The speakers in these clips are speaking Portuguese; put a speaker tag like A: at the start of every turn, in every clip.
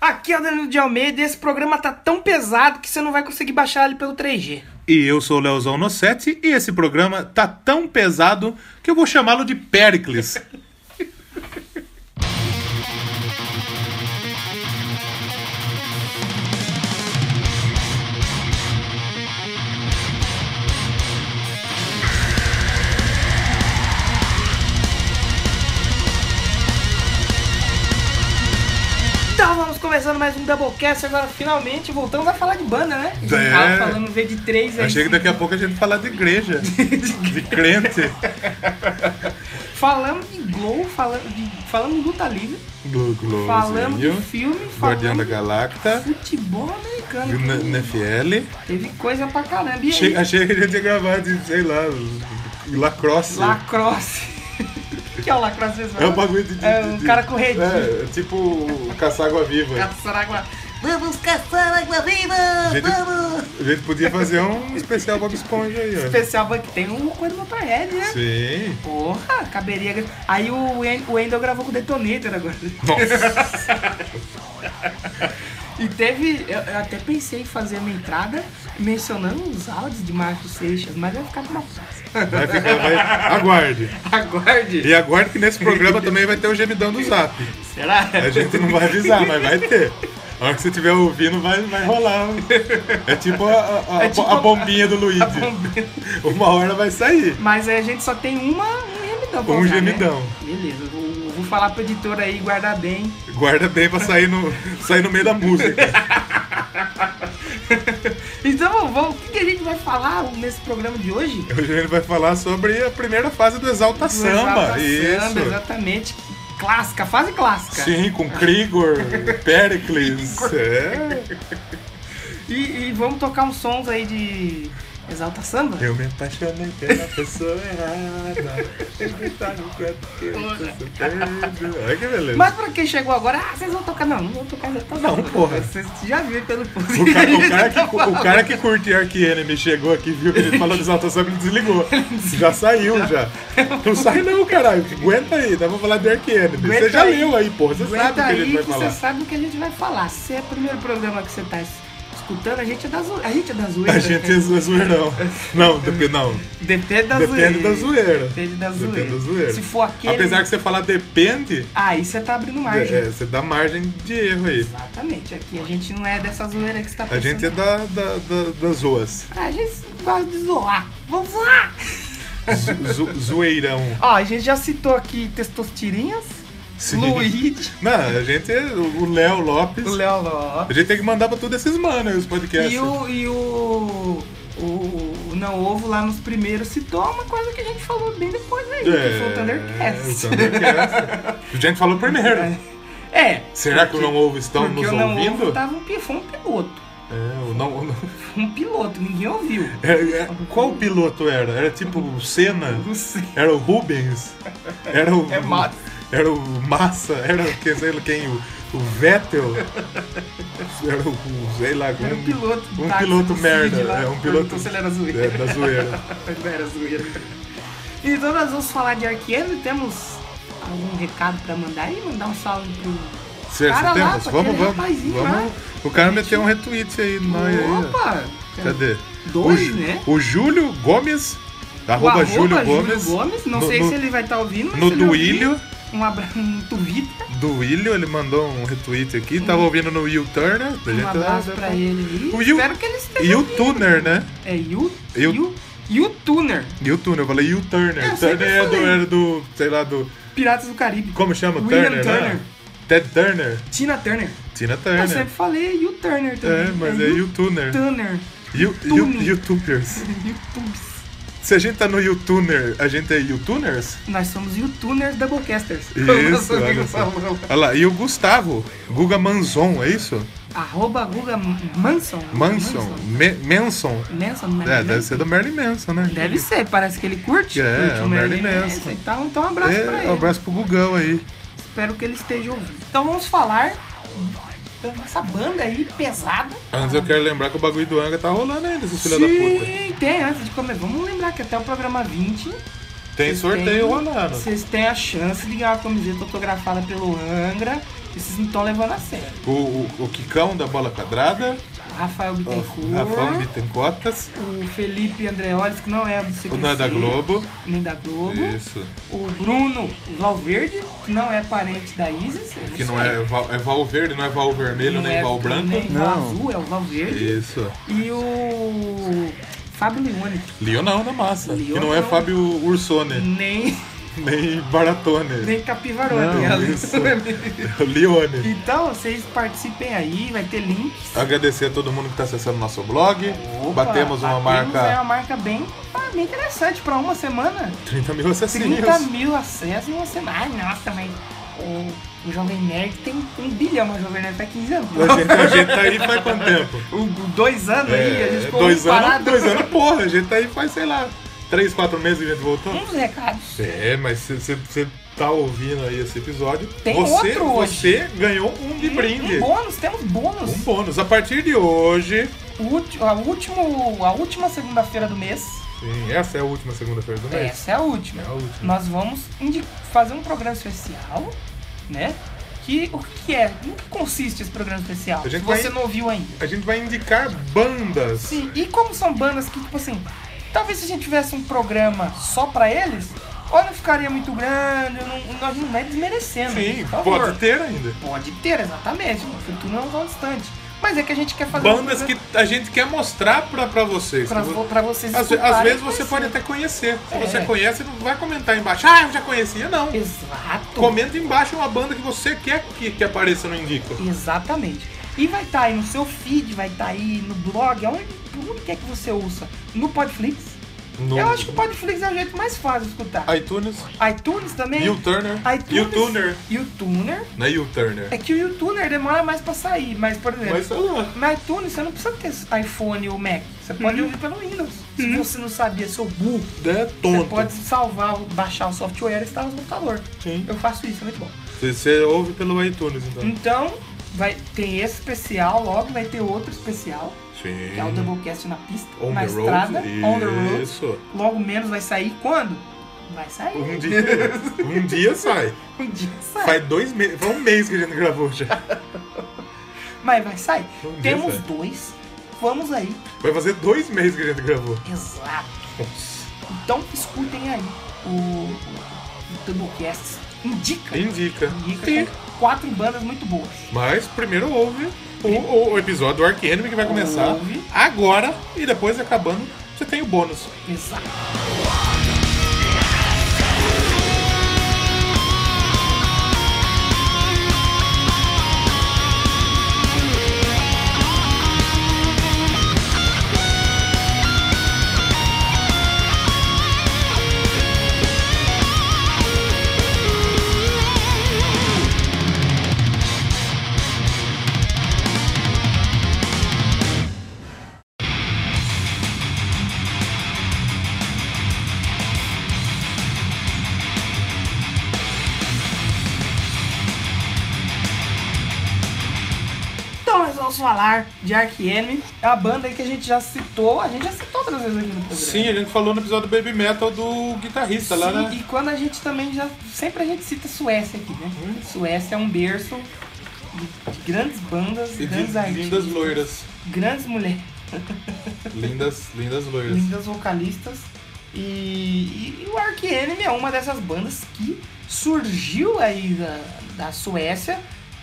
A: Aqui é o Danilo de Almeida e esse programa tá tão pesado que você não vai conseguir baixar ele pelo 3G.
B: E eu sou o Leozão Nossetti e esse programa tá tão pesado que eu vou chamá-lo de Pericles.
A: Então vamos começando mais um Doublecast agora, finalmente. Voltamos a falar de banda, né? A gente
B: É.
A: tava falando V de 3
B: Eu
A: aí.
B: achei que daqui a pouco a gente falar de igreja, de crente.
A: Falamos de Glow, falamos de, falamos de luta livre,
B: Glu
A: falamos de
B: Guardião
A: filme,
B: Guardião
A: falamos
B: da né,
A: de
B: Galacta,
A: futebol americano.
B: N- NFL.
A: Teve coisa pra caramba. E
B: Achei,
A: aí?
B: achei que a gente ia gravar de, sei lá, lacrosse.
A: Lacrosse. O que é o lacrosse?
B: É um bagulho de... de-
A: É um
B: de-
A: cara com redinho.
B: É, tipo o caçágua-viva.
A: Caçaragua.
C: Vamos caçar água viva!
B: Gente-
C: Vamos!
B: A gente podia fazer um especial Bob Esponja aí, ó.
A: Especial que tem uma coisa no Motorhead, né?
B: Sim.
A: Porra, caberia. Aí o Wen- o Wendel gravou com o Detonator agora.
B: Nossa.
A: E teve. Eu, eu até pensei em fazer uma entrada mencionando os áudios de Marcos Seixas, mas vai ficar pra uma próxima.
B: Vai ficar, vai... Aguarde.
A: Aguarde!
B: E aguarde que nesse programa também vai ter o gemidão do Zap.
A: Será?
B: A gente não vai avisar, mas vai ter. A hora que você estiver ouvindo, vai, vai rolar. É tipo a, a- a-
A: É tipo
B: a bombinha do Luigi.
A: Tá bom.
B: Uma hora vai sair.
A: Mas aí a gente só tem uma, um gemidão. pra
B: Um
A: usar, né?
B: gemidão.
A: Beleza, eu vou, eu vou falar pro editor aí guardar bem.
B: Guarda bem pra sair no, sair no meio da música.
A: Então vamos, o que, que a gente vai falar nesse programa de hoje?
B: Hoje a gente vai falar sobre a primeira fase do Exalta
A: Do Exalta
B: Samba. Isso.
A: Samba, exatamente. Clássica, fase clássica.
B: Sim, com Krigor, Pericles. É.
A: E, e vamos tocar uns sons aí de Exalta Samba?
B: Eu me apaixonei pela pessoa errada. Ele tá no canto que eu sou perdido. Olha que beleza.
A: Mas pra quem chegou agora, ah, vocês vão tocar. Não, não vão tocar Exalta Samba.
B: porra.
A: Vocês já viram pelo post.
B: O cara, o, cara que, o cara que curte Ark Enemy chegou aqui, viu que ele falou de Exalta Samba ele desligou. Já saiu, já. Não sai não, caralho. Aguenta aí, dá pra falar de Ark Enemy.
A: Aguenta
B: Você já
A: aí.
B: leu aí, porra. Você sabe
A: Aguenta
B: o que a
A: aí
B: gente
A: que
B: vai
A: você
B: falar.
A: sabe o que a gente vai falar. Se é o primeiro programa que você tá es- escutando, a gente é da zoeira. A gente é da zoeira.
B: A gente é zo- é zoeirão. Não, dep não.
A: Depende da zoeira.
B: Depende da zoeira.
A: Depende da Tá zoeira.
B: Depende da zoeira.
A: Se for aquele...
B: Apesar que você falar depende,
A: Aí você tá abrindo margem.
B: é, você dá margem de erro aí.
A: Exatamente. Aqui a gente não é dessa zoeira que você tá
B: A
A: pensando. Ah,
B: gente é da, da, da- das zoas.
A: A gente gosta de zoar. Vamos zoar!
B: Zo- zo- zoeirão.
A: Ó, a gente já citou aqui Testostirinhas,
B: Sim.
A: Luigi,
B: Não, a gente é o Léo Lopes.
A: o Léo Lopes
B: A gente tem que mandar pra todos esses manos aí, os podcasts.
A: e o. E o... O, o Não Ovo lá nos primeiros citou uma coisa que a gente falou bem depois aí, que foi o
B: É, o
A: Thundercast.
B: Thundercast. A gente falou primeiro.
A: É,
B: Será que o Não Ovo estão
A: porque
B: né? nos
A: o Não
B: ouvindo?
A: Ovo tava um, pi- foi um piloto.
B: É, o Não Ovo.
A: Foi um piloto, ninguém ouviu.
B: É, é, qual o piloto era? Era tipo o Senna?
A: Não sei.
B: Era o Rubens? Era o.
A: É massa.
B: Era o Massa? Era o que, sei lá, quem? O, o Vettel? Era o. o- Sei lá.
A: Era um piloto. de
B: Um
A: táxi
B: piloto
A: do Cid
B: merda.
A: lá,
B: É um
A: perguntou
B: piloto.
A: se ele era zoeira.
B: É, da zoeira.
A: Não era zoeira. Então nós vamos falar de Arquiano temos algum recado pra mandar aí? Mandar um salve pro.
B: Certo,
A: Cara lá,
B: temos?
A: pra
B: Vamos,
A: aquele
B: vamos.
A: rapazinho
B: vamos. O cara meteu um retweet aí no nós aí. ó.
A: Opa!
B: Cadê?
A: Dois,
B: o, Ju-
A: né?
B: o Júlio Gomes,
A: O
B: arroba Júlio Gomes,
A: Não
B: no-
A: sei
B: no-
A: se ele vai estar ouvindo, mas
B: no
A: se ele ouvir,
B: Duílio.
A: Um abraço, um Twitter.
B: do Willio, ele mandou um retweet aqui. Tava ouvindo no Will Turner. da gente
A: Uhum. Um
B: tá-
A: abraço pra ele aí.
B: O Yu-
A: Espero que ele esteja.
B: Will Turner, né?
A: É Yu.
B: Yu-
A: Yu. Yu Tuner.
B: Will Turner, eu falei Will Turner.
A: Eu sempre
B: Turner é do,
A: falei.
B: era do, sei lá, do.
A: Piratas do Caribe.
B: Como chama?
A: William
B: Turner, né? Ted Turner.
A: Tina Turner.
B: Tina
A: Eu
B: Turner.
A: sempre falei Yu Turner também.
B: É, mas é Will Turner.
A: Turner.
B: You- you-
A: Tune.
B: Youtubers.
A: Youtubes.
B: Se a gente tá no YouTuner, a gente é YouTuners?
A: Nós somos YouTuners Doublecasters.
B: Isso,
A: O nosso
B: olha
A: amigo
B: só.
A: falou.
B: Olha lá, e o Gustavo, Guga Manzon, é isso?
A: Arroba Guga Manson.
B: Manson, Me- Manson.
A: Manson,
B: É,
A: Merlin.
B: deve ser do Merlin Manson, né?
A: Deve ser, parece que ele curte.
B: É,
A: curte
B: é o Merlin Manson.
A: e tal. Então, um abraço pra
B: É,
A: ele.
B: um abraço pro Gugão aí.
A: Espero que ele esteja ouvindo. Então, vamos falar dessa banda aí pesada.
B: Antes eu quero lembrar que o bagulho do Anga tá rolando ainda, esses filha da puta.
A: Sim, tem antes de comer. Vamos lembrar que até o programa 20
B: Tem
A: Vocês
B: sorteio
A: têm-
B: rolando.
A: Vocês têm a chance de ganhar uma camiseta autografada pelo Angra. Esses não estão levando a sério.
B: O, o, o Kikão da bola quadrada,
A: O Rafael Bittencourt,
B: o Rafão Bittencotas,
A: o Felipe Andreolis, que não é do CQC,
B: o Não é da Globo.
A: nem da Globo,
B: Isso.
A: o Bruno Valverde, que não é parente da Isis, eu sei.
B: Que não é, Val- é Val Verde, não é Val Vermelho,
A: Não
B: nem
A: é
B: Val Branco.
A: Nem
D: Não.
A: Val Azul, é o Valverde.
B: Isso.
A: E o Fábio Leone,
B: Lionel na massa. que não é
A: Lionel.
B: Fábio Ursone,
A: nem,
B: nem Baratone.
A: nem Capivarone.
D: Não,
A: é o
B: isso.
A: Leone.
B: É o Lione.
A: Então, vocês participem aí, vai ter links.
B: Agradecer a todo mundo que está acessando nosso blog.
A: Opa,
B: batemos uma
A: É uma
B: marca
A: marca bem, ah, bem interessante para uma semana.
B: 30 mil
A: 30
B: assassinos.
A: mil acessos em uma semana. Ai, nossa, mas o, o Jovem Nerd tem um bilhão, mas o Jovem Nerd tá 15 anos.
B: A gente, a gente tá aí faz quanto tempo?
A: Um- dois anos aí, a gente
B: É,
A: ficou
B: dois
A: parado.
B: anos, dois anos, porra, a gente tá aí faz, sei lá, três, quatro meses e a gente voltou.
A: Uns recados.
B: É, mas você tá ouvindo aí esse episódio.
A: Tem
B: você,
A: outro hoje.
B: você ganhou um de
A: Um
B: brinde.
A: bônus, temos bônus.
B: Um bônus. A partir de hoje.
A: O ulti- a, último, a última segunda-feira do mês,
B: Sim, essa é a última segunda-feira do mês.
A: essa é a última.
B: É a última.
A: Nós vamos indi- fazer um programa especial, né? Que o que é? No que consiste esse programa especial?
B: A gente
A: Se você
B: vai-
A: não ouviu ainda.
B: A gente vai indicar bandas.
A: Sim, e como são bandas que, tipo assim, talvez se a gente tivesse um programa só pra eles, ou não ficaria muito grande, ou não, nós não vai desmerecendo. né?
B: Sim,
A: por favor.
B: pode ter ainda.
A: Pode ter, exatamente. No futuro não é tão distante. Mas é que a gente quer fazer
B: Bandas
A: um
B: que a gente quer mostrar pra, pra vocês.
A: programa
B: Que
A: pra,
B: vo-
A: pra vocês
B: às, ve- às
A: escutarem
B: vezes
A: e
B: você pode
A: conhecerem.
B: até conhecer. Se
A: É.
B: você conhece, não vai comentar aí embaixo. Ah, eu já conhecia, não.
A: Exato.
B: Comenta embaixo uma banda que você quer que, que apareça no Indica.
A: Exatamente. E vai estar aí no seu feed, vai estar aí no blog, aonde, por onde quer que você ouça. No Podflix.
B: No
A: Eu acho que o Podflix é o jeito mais fácil de escutar.
B: iTunes,
A: iTunes também.
B: U-Turner.
A: iTunes.
B: U-Turner.
A: YouTuner.
B: Não é U-Turner.
A: É que o YouTuner demora mais pra sair, mas por exemplo.
B: Mas tá lá.
A: No iTunes você não precisa ter iPhone ou Mac. Você pode ouvir pelo Windows. Se você não sabia, seu burro,
B: É
A: você
B: tonto.
A: pode salvar, baixar o software e instalar no computador.
B: Sim.
A: Eu faço isso, é muito bom.
B: Você- Você ouve pelo iTunes, então.
A: Então, vai, tem esse especial, logo vai ter outro especial.
B: Sim.
A: que é o Doublecast na pista,
B: On
A: na
B: the road.
A: estrada, on the road.
B: Isso.
A: Logo menos vai sair quando? Vai sair.
B: Um dia, um dia sai.
A: Um dia sai.
B: Faz dois meses. Faz um mês que a gente gravou já.
A: Mas vai sair.
B: Um dia
A: Temos
B: sai.
A: dois. Vamos aí.
B: Vai fazer dois meses que a gente gravou.
A: Exato. Então escutem aí o, o Doublecast. Indica.
B: Indica.
A: Indica
B: Sim.
A: com quatro bandas muito boas.
B: Mas primeiro ouve o, o episódio do Arc Enemy que vai começar
A: Ouve.
B: agora e depois acabando você tem o bônus.
A: Exato. Então nós vamos falar de Ark Enemy, a banda aí que a gente já citou, a gente já citou outras vezes aqui no programa.
B: Sim, a gente falou no episódio do Baby Metal do guitarrista lá,
A: Sim,
B: né?
A: E quando a gente também já. Sempre a gente cita Suécia aqui, né?
B: Uhum.
A: Suécia é um berço de, de grandes bandas,
B: E de
A: grandes artistas.
B: lindas loiras.
A: Grandes mulheres,
B: Lindas, lindas loiras.
A: lindas vocalistas. E, e- e o Ark Enemy é uma dessas bandas que surgiu aí da, da Suécia,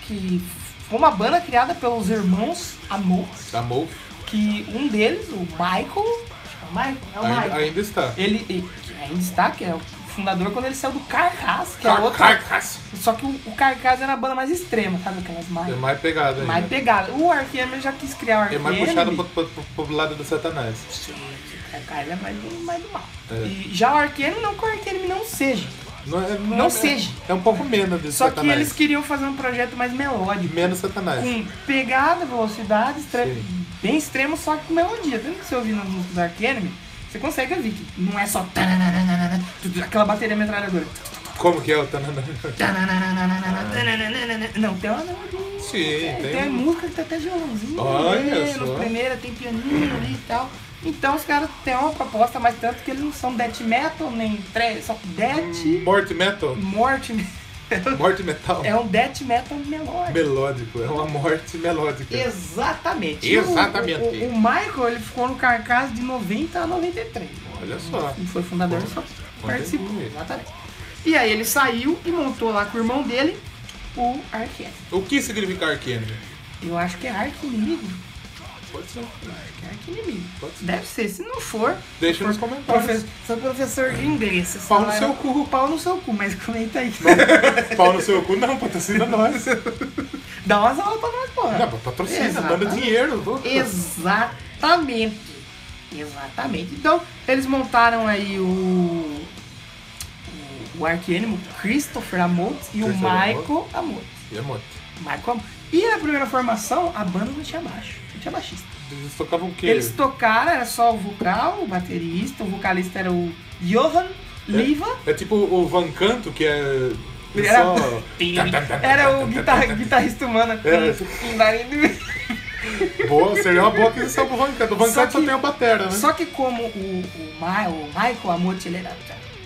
A: que foi uma banda criada pelos irmãos Amor.
B: Amou?
A: que um deles, o Michael, acho que é o Michael, é o
B: Ainda,
A: Michael,
B: ainda está.
A: ele, ele que ainda está, que é o fundador quando ele saiu do Carcass, que é outro.
B: Carcass.
A: Só que o, o Carcass era a banda mais extrema, sabe aquelas
B: É
A: mais,
B: mais pegada ainda.
A: mais pegada. O Arkham já quis criar o
B: É
A: Arkham.
B: mais puxado pro, pro, pro- pro lado do Satanás.
A: Sim, o Carcass é mais do, mais do mal.
B: É.
A: E já o Arkham não que o Arkham não seja.
B: Não, é-
A: Não
B: é-
A: seja.
B: É um pouco menos de
A: Só que
B: Satanás.
A: eles queriam fazer um projeto mais melódico.
B: Menos Satanás.
A: Com pegada, velocidade, extre-
B: Sim.
A: bem extremo, só que com melodia. Tanto que você ouvindo as músicas da Ark Enemy, você consegue ouvir que não é só tananana, tudo, aquela bateria metralhadora.
B: Como que é o Tananã?
A: Tananana, tananana, Não, tem uma melodia.
B: Sim,
A: É,
B: tem
A: tem,
B: um-
A: música que tem até violãozinho.
B: Olha
A: né,
B: só.
A: Na primeira tem pianinho ali e tal. Então os caras têm uma proposta, mas tanto que eles não são death metal, nem trash, só death,
B: Morte Metal?
A: morte,
B: Morte metal.
A: É um death metal melódico.
B: Melódico, é uma morte melódica.
A: Exatamente.
B: Exatamente.
A: O, o- o Michael ele ficou no carcaça de 90 a 93.
B: Olha só.
A: E foi fundador
B: Bom,
A: só
B: bom
A: participou.
B: tempinho.
A: Exatamente. E aí ele saiu e montou lá com o irmão dele o Ark Enemy.
B: O que significa Ark Enemy?
A: Eu acho que é Ark Inimigo.
B: Pode ser. né?
A: Acho que é Ark Inimigo.
B: Pode ser.
A: Deve ser, se não for.
B: Deixa
A: se for
B: nos comentários.
A: profe- Sou professor de inglês. vocês
B: Pau no
A: falaram-
B: seu cu.
A: pau no seu cu, mas comenta aí.
B: Pau no seu cu, não, patrocina nós.
A: Dá umas aulas pra nós, porra.
B: Não, patrocina, manda
A: Exatamente.
B: dinheiro. vou-
A: Exatamente. Exatamente. Então, eles montaram aí o. o- O arquênimo Christopher Amott e o
B: Christopher
A: Michael Amott.
B: E é moto.
A: Michael Amott. E na primeira formação, a banda não tinha baixo. Não tinha baixista.
B: Eles tocavam o quê?
A: Eles tocaram, era só o vocal, o baterista, o vocalista era o Johan Liva.
B: É tipo o Van Canto, que é.
A: Era,
B: Só... É.
A: era o guitar- guitarrista humano.
B: Boa, seria uma boa aquisição pro Van Canto. O Van
A: Só
B: Canto só
A: que-
B: tem a batera, né?
A: Só que como o, o, Ma- o Michael Amott, ele, era-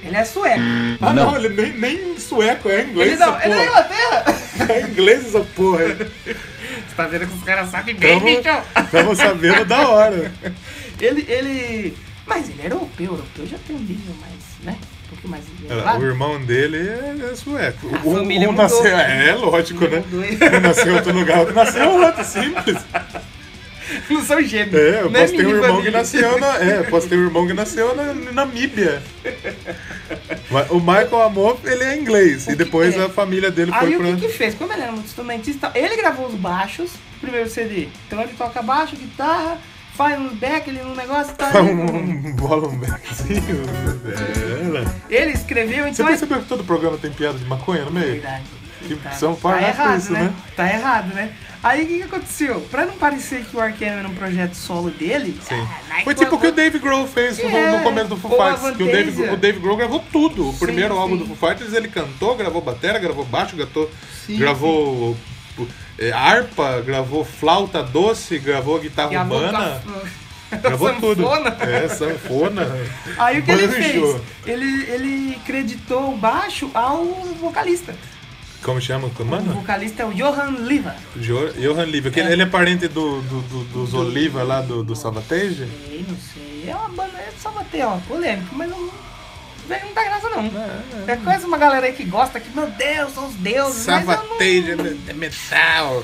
A: ele é sueco.
B: Ah, não, ele nem, nem sueco, é inglês.
A: Ele não,
B: essa
A: ele é da
B: porra.
A: Inglaterra.
B: É inglês essa porra. aí.
A: Você tá vendo que os caras sabem então.
B: bem, Estamos sabendo é da hora.
A: Ele, ele... Mas ele era europeu, europeu já tem um nível mais, né? Um pouquinho mais
B: É, O
A: elevado.
B: irmão dele é, é sueco.
A: A
B: O-
A: família
B: um
A: mudou.
B: nasceu. É, é lógico, né?
A: Mudou, hein?
B: Um nasceu em outro lugar, outro nasceu em outro, simples.
A: Não são gêmeos.
B: É, eu
A: não
B: posso ter um
A: mini
B: irmão que
A: família.
B: nasceu na. É, eu posso ter um irmão que nasceu na na Namíbia. Mas O Michael Amor, ele é inglês.
A: O que
B: e depois
A: é?
B: a família dele
A: Aí
B: foi
A: o
B: pra.
A: que que fez? Como ele era muito instrumentista, ele gravou os baixos, primeiro CD. Então ele toca baixo, guitarra, faz um back, ele um negócio, tá...
B: um, um bola, um beckzinho. É.
A: Ele escreveu,
B: Você
A: então... é-
B: percebeu que todo programa tem piada de maconha no meio?
A: Verdade.
B: Que
A: Tá-
B: são
A: tá
B: farrapas
A: errado,
B: isso, né?
A: Tá errado, né? Aí o que, que aconteceu? Pra não parecer que o Arkham era um projeto solo dele,
B: Sim.
A: ah, Nike
B: Foi tipo o que o Dave Grohl fez no,
A: É,
B: no começo do Foo
A: ou a
B: Fighters. Que o Dave,
A: Avantasia.
B: o Dave Grohl gravou tudo. O
A: Sim,
B: primeiro
A: sim.
B: álbum do Foo Fighters ele cantou, gravou batera, gravou baixo, gatou,
A: Sim,
B: gravou eh, harpa, gravou flauta doce, gravou guitarra
A: gravou
B: humana.
A: com a-
B: Gravou
A: sanfona.
B: tudo. É, sanfona.
A: Aí o que ele fez?
B: Banjo.
A: Ele, ele creditou o baixo ao vocalista.
B: Como chama o
A: O
B: mano?
A: vocalista é o Johan Liva.
B: Jo- Johan Liva. que
A: É.
B: Ele é parente do, do- do- dos Oliva lá do, do Savatage?
A: Ei, não sei. É uma banda, é só bater, ó, polêmico, mas não, velho, não dá graça não. É, conhece uma galera aí que gosta que, meu Deus, são os deuses, mas eu não-
B: Savatage é metal.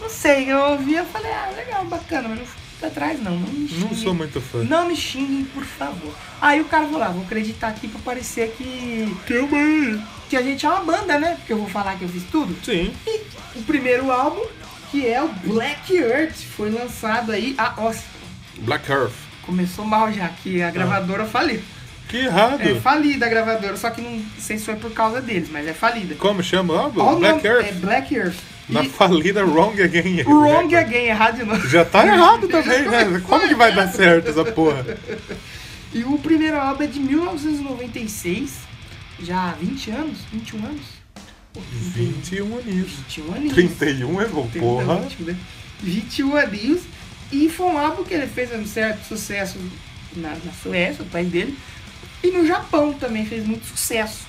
A: Não sei, eu ouvi eu falei, ah, legal, bacana, mas não fui atrás não. Não, me
B: Não
A: xinguem.
B: sou muito fã.
A: Não me xinguem, por favor. Aí o cara falou, ah, vou acreditar aqui pra parecer que,
B: Teu mãe.
A: que a gente é uma banda, né? Porque eu vou falar que eu fiz tudo.
B: Sim.
A: E o primeiro álbum, que é o Black Earth, foi lançado aí a Oscar.
B: Black Earth.
A: Começou mal já, que a gravadora faliu.
B: Que errado.
A: É falida a gravadora, só que não sei se foi por causa deles, mas é falida.
B: Como chama o álbum?
A: Olha o
B: Black
A: nome,
B: Earth.
A: É Black Earth.
B: Na
A: E
B: falida Wrong Again.
A: Wrong Again, errado de novo.
B: Já tá errado também,
A: é
B: né? Como que vai dar certo essa porra?
A: E o primeiro álbum é de 1996, já há 20 anos, 21 anos. Pô,
B: 21 aninhos.
A: 21 aninhos.
B: 31 é bom,
A: Tem
B: porra.
A: um último, né? 21 aninhos. E foi um álbum que ele fez um certo sucesso na, na Suécia, o país dele. E no Japão também fez muito sucesso.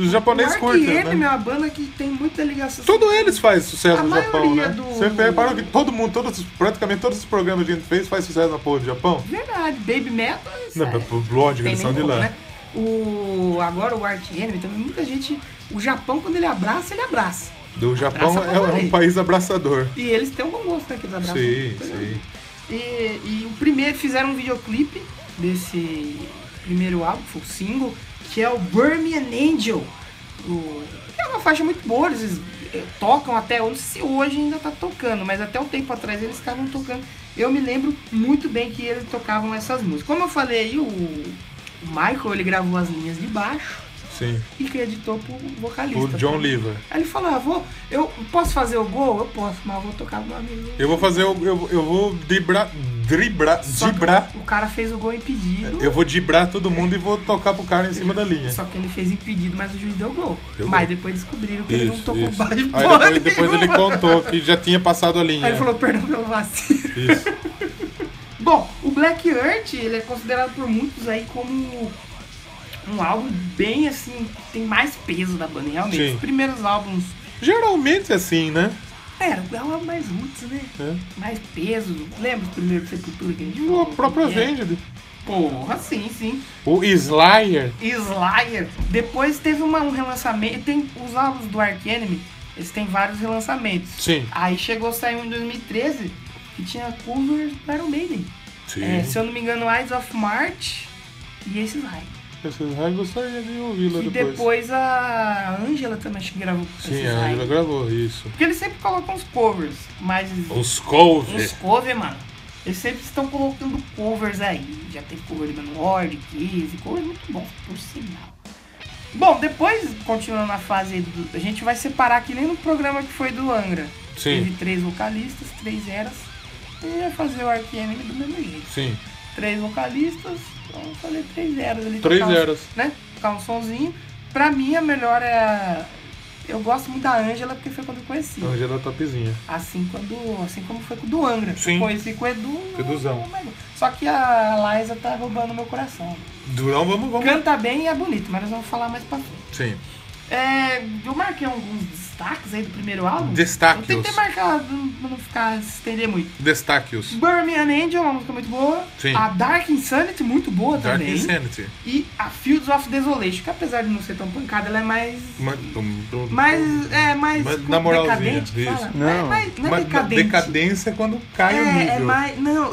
B: Os japoneses
A: o Ark
B: curtem, né?
A: Enemy é uma banda que tem muita ligação.
B: Todos eles fazem sucesso
A: A
B: no Japão,
A: maioria
B: né?
A: do-
B: Você reparou que todo mundo, todos, os- praticamente todos os programas que a gente fez faz sucesso na porra do Japão?
A: Verdade, Baby Metal.
B: Não,
A: sabe?
B: mas por lógico,
A: Tem
B: eles são
A: nem
B: de
A: como,
B: lá.
A: né? O, agora o Ark Enemy também, muita gente. O Japão, quando ele abraça, ele abraça.
B: Do Japão
A: Abraça
B: é,
A: pra
B: é um
A: valer.
B: país abraçador.
A: E eles têm um bom gosto, né? Que eles abraçam.
B: Sim,
A: Coisa
B: sim.
A: E, e o primeiro, fizeram um videoclipe desse primeiro álbum, foi o single, que é o Burmian Angel. O- que é uma faixa muito boa, eles eh, tocam até hoje, se hoje ainda tá tocando, mas até um tempo atrás eles estavam tocando. Eu me lembro muito bem que eles tocavam essas músicas. Como eu falei aí, o, o Michael ele gravou as linhas de baixo
B: Sim.
A: e creditou pro vocalista. né?
B: O John Lever.
A: Aí ele falou, ah, vou, eu posso fazer o gol? Eu posso, mas eu vou tocar com meu amigo.
B: Eu vou fazer. o- Eu, eu vou dribrar. Dribrar.
A: Só que
B: Dibrar.
A: O cara fez o gol impedido.
B: Eu vou dibrar todo mundo e vou tocar pro cara em cima da linha.
A: Só que ele fez impedido, mas o juiz deu gol.
B: É. Deu
A: mas
B: gol.
A: depois descobriram que ele não tocou
B: isso.
A: baixo de
B: Aí
A: bola
B: depois, depois ele
A: nenhuma.
B: contou que já tinha passado a linha.
A: Aí ele falou, perdão pelo vacilo.
B: Isso.
A: Bom, o Black Earth, ele é considerado por muitos aí como um álbum bem assim, que tem mais peso da banda, realmente.
B: Sim.
A: Os primeiros álbuns.
B: Geralmente é assim, né?
A: Era, é o álbum mais roots, né?
B: É.
A: Mais peso. Lembra o primeiro Sepultura que a gente
B: O
A: falou?
B: próprio
A: Que é?
B: Avenged.
A: Porra, sim, sim.
B: O Slayer.
A: Slayer. Depois teve uma- um relançamento. Tem os álbuns do Ark Enemy, eles têm vários relançamentos.
B: Sim.
A: Aí chegou a sair um em 2013 que tinha covers do Iron Maiden.
B: Sim.
A: É, se eu não me engano, Eyes of March e esse Slayer.
B: Esse Slayer gostaria de ouvi-la
A: E
B: depois.
A: depois a Angela também acho que gravou com
B: Sim,
A: esse
B: a Angela
A: Slayer.
B: gravou isso.
A: Porque eles sempre colocam os covers, mas
B: Os
A: os
B: covers.
A: covers, mano, eles sempre estão colocando covers aí. Já tem cover de Manowar, Kiss, cover muito bom, por sinal. Bom, depois, continuando na fase, do- a gente vai separar que nem no programa que foi do Angra.
B: Sim,
A: Teve três vocalistas, três eras, e vai fazer o Ark Enemy do mesmo jeito.
B: sim.
A: Três vocalistas, vamos fazer três eras ali.
B: Três
A: tocar uns-
B: eras.
A: né? Tocar um sonzinho. Pra mim, a melhor é a... Eu gosto muito da Ângela, porque foi quando eu conheci.
B: Angela Topzinha.
A: Assim, quando, assim como foi com o do Angra.
B: Sim.
A: Conheci com o Edu.
B: Com o Eduzão.
A: Só que a Liza tá roubando meu coração.
B: Durão, vamos, vamos.
A: Canta bem e é bonito, mas nós vamos falar mais pra frente.
B: Sim.
A: É, eu marquei alguns destaques aí do primeiro álbum. Não tem que ter
B: Destaque-os.
A: marcado, pra não ficar se estender muito.
B: Destaque-os.
A: Birmingham Angel, uma música muito boa.
B: Sim.
A: A Dark Insanity, muito boa
B: Dark
A: também.
B: Insanity.
A: E a Fields of Desolation, que apesar de não ser tão pancada, ela é mais
B: Ma- tum, tum,
A: Mas é mais
B: Mas
A: co-
B: na moralzinha,
A: decadente, que
B: isso.
A: fala?
D: Não.
A: É mais, não é
B: Ma-
A: decadente.
B: decadência é quando cai o
A: é, é
B: nível.
A: mais. Não.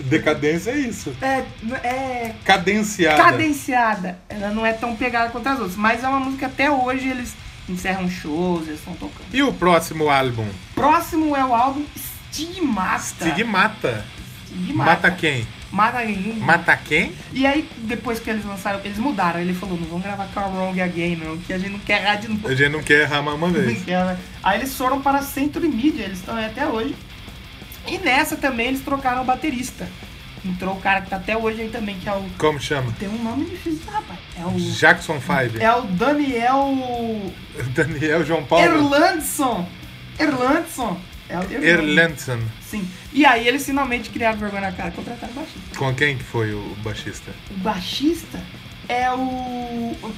B: Decadência é isso.
A: É, é
B: Cadenciada.
A: cadenciada. Ela não é tão pegada quanto as outras. Mas é uma música até hoje eles encerram shows, eles estão tocando.
B: E o próximo álbum?
A: Próximo é o álbum Stigmata.
B: Stigmata.
A: Stigmata.
B: Mata quem?
A: Tá. Mata quem?
B: Mata quem?
A: E aí, depois que eles lançaram, eles mudaram. Ele falou: não vamos gravar Carl Wrong again, não, que a gente não quer errar de novo.
B: A gente não quer errar mais uma vez.
A: Brinquedo, né? Aí eles foram para Centro e Mídia, eles estão aí até hoje. E nessa também eles trocaram o baterista. Entrou o cara que tá até hoje aí também, que é o.
B: Como chama?
A: Tem um nome difícil, rapaz. É o.
B: Jackson 5.
A: É o Daniel.
B: Daniel João Paulo.
A: Erlandson! Erlandson! É o Erlandson.
B: Erlandson.
A: Sim. E aí eles finalmente criaram vergonha na cara e contrataram o baixista.
B: Com quem que foi o baixista?
A: O baixista é o. o-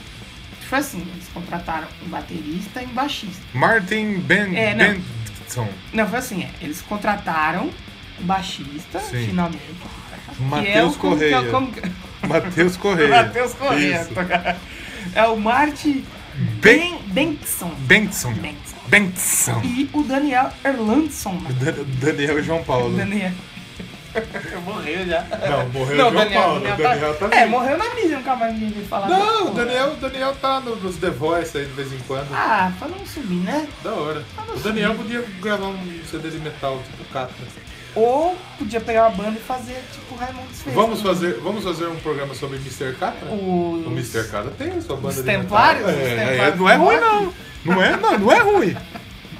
A: Foi assim, eles contrataram um baterista e um baixista.
B: Martin Ben...
A: É, não.
B: Benson.
A: Não, foi assim, é, eles contrataram o baixista,
B: Sim.
A: finalmente.
B: Matheus
A: que é o- como que é-
B: Correia.
A: como que-
B: Matheus Correia.
A: Matheus Correia.
B: Isso.
A: É o Marty
B: Ben-
A: ben... Benson.
B: Benson.
A: Benson.
B: Benson.
A: E o Daniel Erlandson. mano.
B: Dan- Daniel João Paulo.
A: Daniel. morreu já.
B: Não, morreu
A: Não,
B: o João
A: Daniel,
B: Paulo.
A: Daniel,
B: Daniel
A: tá...
B: tá
A: É,
B: vivo.
A: morreu na mídia, nunca mais ninguém veio falar.
B: Não, o
A: Pô.
B: Daniel, o Daniel tá no- nos The Voice aí de vez em quando.
A: Ah, pra não subir, né?
B: Da hora. O Daniel podia gravar um CD de metal, tipo Catra.
A: Ou podia pegar uma banda e fazer tipo Raimundo Fez.
B: Vamos fazer, vamos fazer um programa sobre Mr. Catra?
A: O,
B: O Mr. Catra tem a sua banda
A: Um Os
B: de metal.
A: Templários? Os
B: É, é,
A: Templários.
B: não é ruim, não. Não é, não, não é ruim.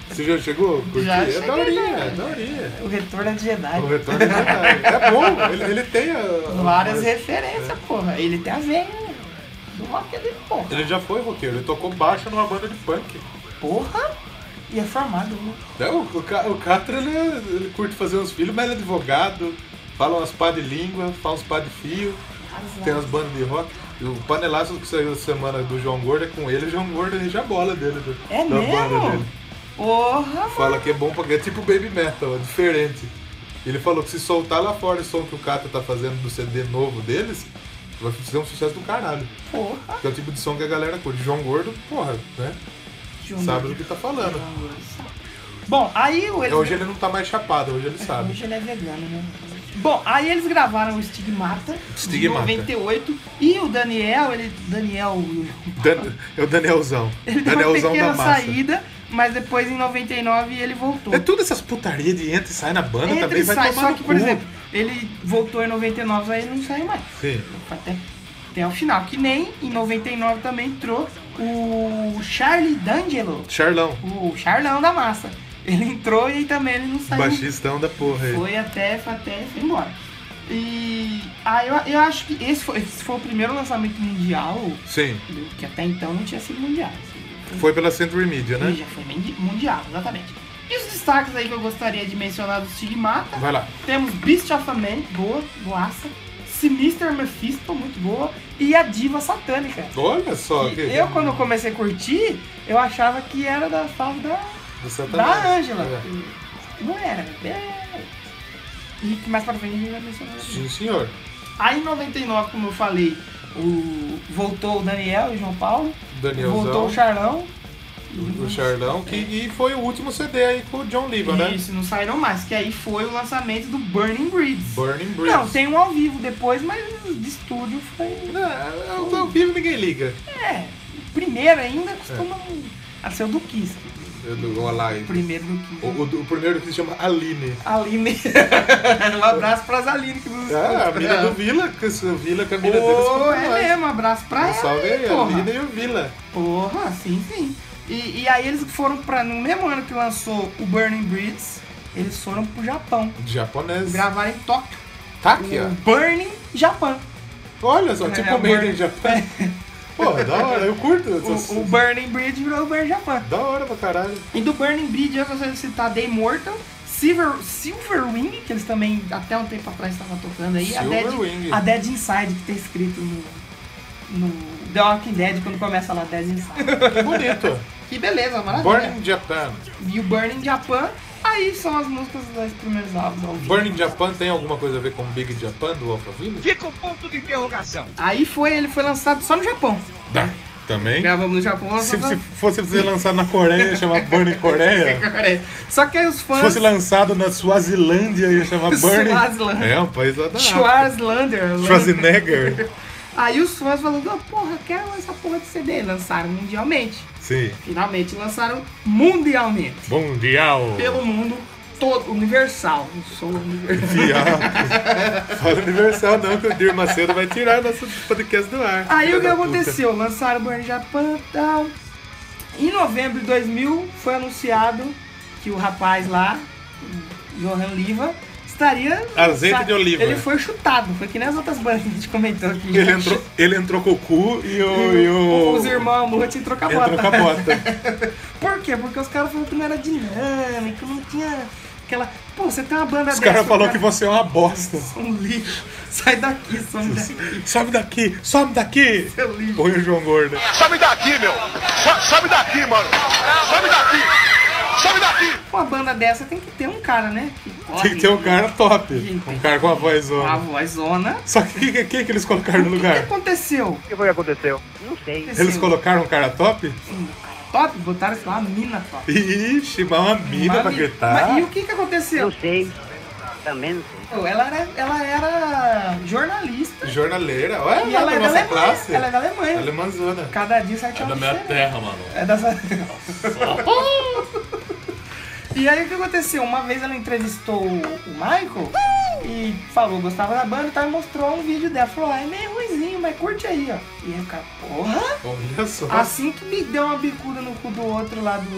B: Você já chegou? Curtiu?
A: Já
B: é
A: cheguei, né?
B: daorinha,
A: já.
B: é daorinha.
A: o Retorno de Jedi.
B: O retorno é verdade. É bom, ele, ele tem a...
A: Várias referências, porra. Ele tem a veia do rock ali, porra.
B: Ele já foi roqueiro, ele tocou baixo numa banda de punk.
A: Porra! E é formado, né?
B: É, o, o, Ca- o Catra, ele, é- ele curte fazer uns filhos, mas ele é advogado, fala umas pá de língua, fala uns pá de fio, tem umas bandas de rock. E o panelaço que saiu essa semana do João Gordo é com ele, o João Gordo ele já bola dele. do-
A: É
B: da banda
A: mesmo?
B: dele.
A: Porra!
B: Fala que é bom pra... É tipo baby metal, é diferente. Ele falou que se soltar lá fora o som que o Catra tá fazendo do CD novo deles, vai ser um sucesso do caralho.
A: Porra!
B: Que é o tipo de som que a galera curte. João Gordo, porra, né?
A: Júnior.
B: Sabe do que tá falando.
A: Bom, aí o eles...
B: Hoje ele não tá mais chapado, hoje ele sabe.
A: Hoje ele é vegano, né? Bom, aí eles gravaram o Stigmata,
B: Stigmata.
A: de 98, e o Daniel, ele, Daniel,
B: Dan- é o Danielzão.
A: ele deu Então, uma
B: Danielzão um da
A: pequena
B: massa.
A: saída, mas depois em 99 ele voltou.
B: É tudo essas putarias de entra e sai na banda
A: Entra
B: também,
A: e
B: vai
A: sai,
B: tomar
A: só
B: no
A: que,
B: cu.
A: por exemplo, ele voltou em 99, aí ele não saiu mais.
B: Sim.
A: até, até o final. Que nem em 99 também entrou o Charlie D'Angelo,
B: Charlão,
A: o Charlão da Massa. Ele entrou e também ele não saiu.
B: baixistão da porra aí.
A: Foi até, foi até, foi embora. E aí eu, eu acho que esse foi, esse foi o primeiro lançamento mundial,
B: Sim.
A: que até então não tinha sido mundial. assim.
B: Foi pela Century Media,
A: Ele
B: né?
A: já foi mundi- mundial, exatamente. E os destaques aí que eu gostaria de mencionar do Stigmata,
B: Vai lá.
A: temos Beast of a Man, boa, boaça. Sinister Mephisto, muito boa, e a Diva Satânica.
B: Olha só.
A: E
B: que-
A: eu, quando eu comecei a curtir, eu achava que era da fase da,
B: do Satanás.
A: da Angela.
B: É.
A: Não era, é. E que mais pra frente a gente vai mencionar.
B: Sim, senhor.
A: Aí em 99, como eu falei, o... voltou o Daniel e o João Paulo, voltou
B: Danielzão.
A: o Charlão.
B: O Charlão, que e foi o último CD aí com o John Liva, né?
A: Isso, não saíram mais, que aí foi o lançamento do Burning Breeds.
B: Burning Bridge.
A: Não, tem um ao vivo depois, mas de estúdio foi.
B: Não, É, ao vivo ninguém liga.
A: É, o primeiro ainda costuma
B: É.
A: a ser o do Kiss.
B: Eu do o Alive.
A: O primeiro do Kiss.
B: O, o- o primeiro que se chama Aline.
A: Aline. um abraço pras Aline que nos
B: Ah, a
A: escutam.
B: mina do Vila, que o Vila, que a mina deles
A: Ô,
B: foi
A: é
B: lá.
A: mesmo, abraço pra
B: Um
A: ela.
B: salve
A: aí,
B: aí, a
A: porra.
B: Lina e o Vila.
A: Porra, sim, sim. E, e aí eles foram pra. No mesmo ano que lançou o Burning Bridges, eles foram pro Japão.
B: Japonês.
A: Gravaram em Tóquio.
B: Tá aqui,
A: O
B: ó.
A: Burning Japão.
B: Olha só,
A: É,
B: tipo
A: é o
B: o Made
A: Burning.
B: in Japan. Pô, é da hora, eu curto. essas-
A: O, o Burning Bridge virou o Burning Japão.
B: Da hora pra caralho.
A: E do Burning Bridge eu gostaria de citar Day Mortal, tá Silver, Silverwing, que eles também até um tempo atrás estavam tocando aí, a Dead,
B: Silverwing.
A: a Dead Inside, que tem escrito no, no The Walking Dead quando começa lá Dead Inside.
B: Que bonito.
A: que beleza, maravilha.
B: Burning Japan.
A: E o Burning Japan, aí são as músicas dos dois primeiros álbuns. ao vivo.
B: Burning Japan tem alguma coisa a ver com Big Japan do Alphaville?
D: Fica o ponto de interrogação.
A: Aí foi, ele foi lançado só no Japão.
B: Dá. Também.
A: Gravamos no Japão,
B: Se,
A: lançamos
B: se fosse pra ser lançado na Coreia, ia chamar Burning Coreia.
A: na Coreia. Só que aí os
B: Se
A: fãs...
B: fosse lançado na Suazilândia, ia chamar Burning.
A: Suazilândia.
B: É, um país lá da África.
A: Schwarzenegger.
B: Schwarzenegger.
A: Aí os fãs falando, "Ah, porra, quero essa porra de CD. Lançaram mundialmente.
B: Sim.
A: Finalmente lançaram mundialmente.
B: Mundial.
A: Pelo mundo todo, universal. Eu sou universal.
B: Fiado. Fala Universal não, que o Dir Macedo vai tirar nosso podcast do ar.
A: Aí o que
B: Filha da puta.
A: aconteceu? Lançaram o Burn Japan e tal. Em novembro de 2000 foi anunciado que o rapaz lá, o Johan Liva, estaria.
B: Azeite de oliva.
A: Ele foi chutado, foi que nem as outras bandas que a gente comentou aqui. né?
B: Ele entrou, ele entrou com o cu e o... E o...
A: Os irmãos Murti trocam a
B: Entrou com
A: bota.
B: a bota.
A: Por quê? Porque os caras falaram que não era dinâmico, não tinha aquela. Pô, você tem uma banda
B: Os
A: dessa.
B: caras
A: o
B: falaram que
A: cara-
B: você é uma bosta.
A: Um lixo. Sai daqui, some daqui,
B: Sobe daqui, sobe daqui.
A: seu lixo.
B: Põe o João Gordo.
E: Sobe daqui, meu! So- Sobe daqui, mano! Sobe daqui! Sobe daqui!
A: Uma banda dessa tem que ter um cara, né? Que corre,
B: Tem que ter um cara top.
A: Gente.
B: Um cara com a voz
A: Uma
B: ó.
A: vozona.
B: Só que quem que, que eles colocaram no
A: O que, que
B: lugar?
A: aconteceu?
D: O que foi que aconteceu? Não sei.
A: aconteceu?
B: Eles colocaram um cara top?
A: Um cara top, botaram, sei lá, uma mina top.
B: Ixi, mas uma mina
A: Uma
B: pra
A: mi-
B: gritar.
A: Mas e o que, que aconteceu?
F: Não sei. Também não sei.
A: Pô, Ela era, ela era jornalista.
B: Jornaleira, olha
A: E
B: lá
A: ela é
B: da
A: da
B: nossa
A: Alemanha.
B: classe.
A: Ela é da Alemanha.
B: Alemãzona.
A: Cada dia sai
G: É da minha terra, mano.
A: É dessa. e aí o que aconteceu? Uma vez ela entrevistou o Michael e falou, gostava da banda e tal, e mostrou um vídeo dela. Falou, ah, é meio ruizinho, mas curte aí, ó. E aí o cara, porra!
B: Olha só.
A: Assim que me deu uma bicuda no cu do outro lá do.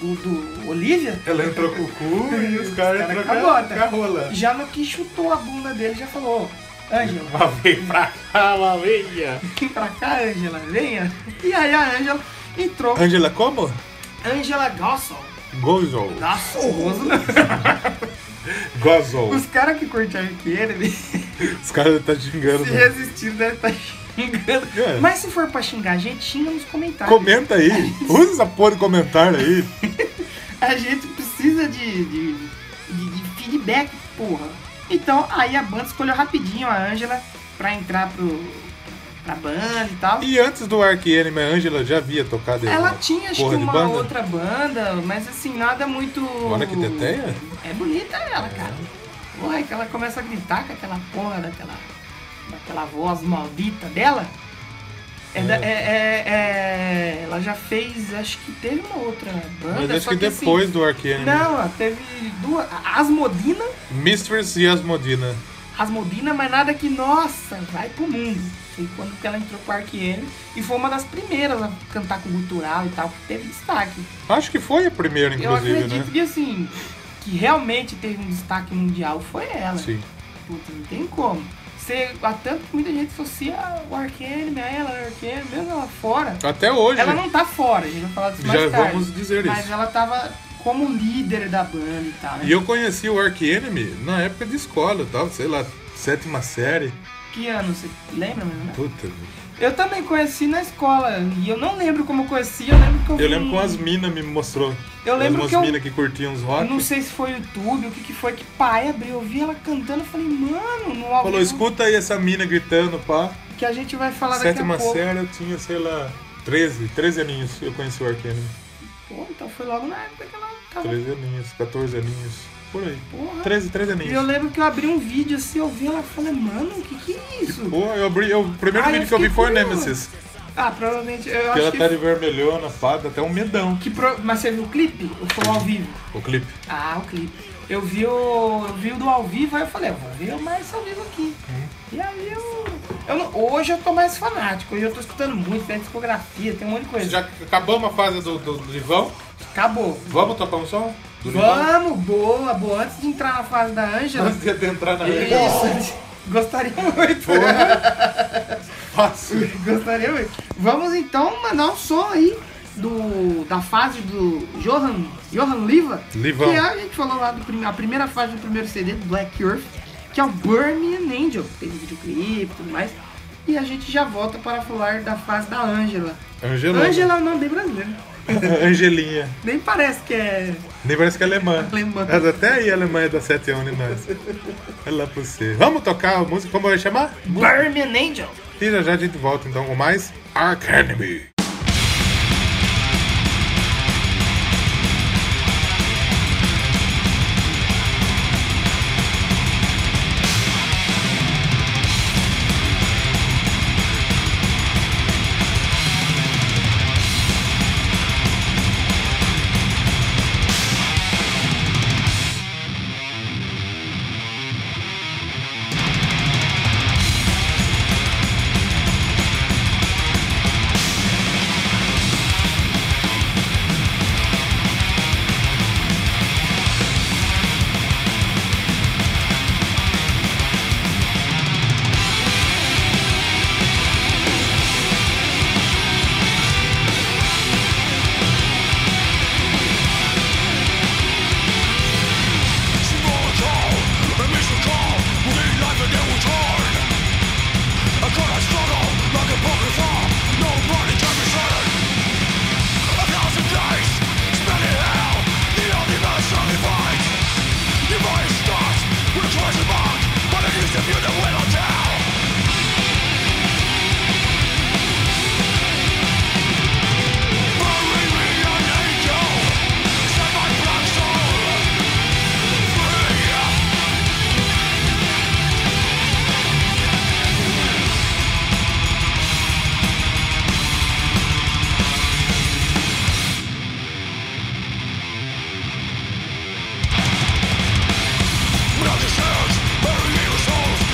A: do, do Olivia,
B: Ela entrou com o cu e os
A: cara
B: caras entraram
A: com a
B: com a-
A: bota.
B: com a rola.
A: já no que chutou a bunda dele, já falou, Ângela,
B: Lá vem pra cá, lá venha.
A: vem pra cá, Ângela, venha. E aí a Ângela entrou.
B: Angela, como?
A: Ângela Gossel.
B: Gozol.
A: Nossa, Gossel.
B: Gozol.
A: Os caras que curtem arqueiro, se
B: Os caras estão tá xingando. né?
A: resistindo, deve estar xingando.
B: É.
A: Mas se for pra xingar a gente, xinga nos comentários.
B: Comenta aí. Usa essa porra de comentário aí.
A: A gente precisa de, de, de- de feedback, porra. Então, aí a banda escolheu rapidinho a Ângela pra entrar pro, pra banda e tal.
B: E antes do Ark Enemy, a Angela já havia tocado em
A: Ela
B: alguma
A: tinha, acho que
B: porra de
A: uma
B: banda?
A: outra banda, mas assim, nada muito...
B: Olha que teteia.
A: É bonita ela, cara. Porra, é que ela começa a gritar com aquela porra daquela, daquela voz maldita dela. É da- é- é- é- ela já fez, acho que teve uma outra banda.
B: Mas acho
A: só
B: que
A: assim,
B: depois do Ark Enemy.
A: não, ela teve duas. a Asmodina,
B: Mistress e Asmodina.
A: Asmodina, mas nada que, nossa, vai pro mundo. Foi quando que ela entrou com o Arquiene e foi uma das primeiras a cantar com gutural e tal, que teve destaque.
B: Acho que foi a primeira,
A: Eu
B: inclusive,
A: acredito
B: né?
A: que assim, que realmente teve um destaque mundial foi ela.
B: Sim.
A: Puta, não tem como. Você, há tanto que muita gente associa o Arcanime a ela, o Arcanime, mesmo ela fora.
B: Até hoje.
A: Ela não tá fora, a gente vai falar disso
B: é. já
A: mais tarde.
B: vamos dizer
A: mas
B: isso.
A: ela tava como líder da banda e tal, né?
B: E eu conheci o Ark Enemy na época de escola, eu tava, sei lá, sétima série.
A: Que ano? Você lembra, mais ou menos?
B: Puta, mano.
A: Eu também conheci na escola. E eu não lembro como eu conheci, eu lembro que eu
B: Eu lembro
A: vi- um
B: que umas minas me mostrou.
A: Eu lembro
B: umas
A: que eu-
B: minas que curtiam uns
A: Eu
B: rock.
A: não sei se foi o YouTube, o que, que foi que pai abriu. Eu vi ela cantando, eu falei, mano, no ao
B: Falou,
A: vivo
B: escuta aí essa mina gritando, pá.
A: que a gente vai falar daqui a
B: Sétima
A: pouco.
B: série eu tinha, sei lá, 13, 13 aninhos eu conheci o Arcanime.
A: Pô, então foi logo na época que ela tava.
B: 13 aninhos, 14 aninhos, por aí.
A: Porra.
B: 13, 13
A: E eu
B: aninhos.
A: lembro que eu abri um vídeo assim, eu vi ela e falei, mano, o que, que é isso?
B: Pô, eu abri, eu- o primeiro
A: Ah, eu
B: vídeo que eu vi
A: fiquei
B: foi o
A: curioso.
B: Nemesis.
A: Ah, provavelmente. Eu
B: Que
A: acho
B: ela
A: que.
B: tá de vermelhona, fada, até um medão.
A: que pro- Mas você viu o clipe? Ou foi o ao vivo?
B: O clipe.
A: Ah, o clipe. Eu vi o. Eu vi o do ao vivo, aí eu falei, eu vou ver o mais ao vivo aqui. E aí eu. eu não- Hoje eu tô mais fanático, hoje eu tô escutando muito, tem discografia, tem um monte de coisa.
B: Já acabamos a fase do, do, do Livão?
A: Acabou.
B: Vamos tocar um som? Do Livão?
A: Vamos, boa, boa. Antes de entrar na fase da Ângela.
B: Antes de entrar
A: É.
B: na é
A: Isso, gostaria muito.
B: Fácil.
A: Gostaria muito. Vamos então mandar um som aí do, da fase do Johan, Johan Liva.
B: Livão.
A: Que é, a gente falou lá do prime- a primeira fase do primeiro CD do Black Earth, que é o Burn and Angel. Tem videoclipe e tudo mais. E a gente já volta para falar da fase da Angela.
B: Angelona.
A: Angela é o nome bem brasileiro.
B: um Angelinha.
A: Nem parece que é
B: Nem parece que é alemã.
A: Alemã.
B: Mas até aí a Alemanha dá 7 anos em nós. Olha lá pra você. Vamos tocar a música, como vai chamar?
A: Burn and Angel.
B: E já já a gente volta então com mais Ark Enemy.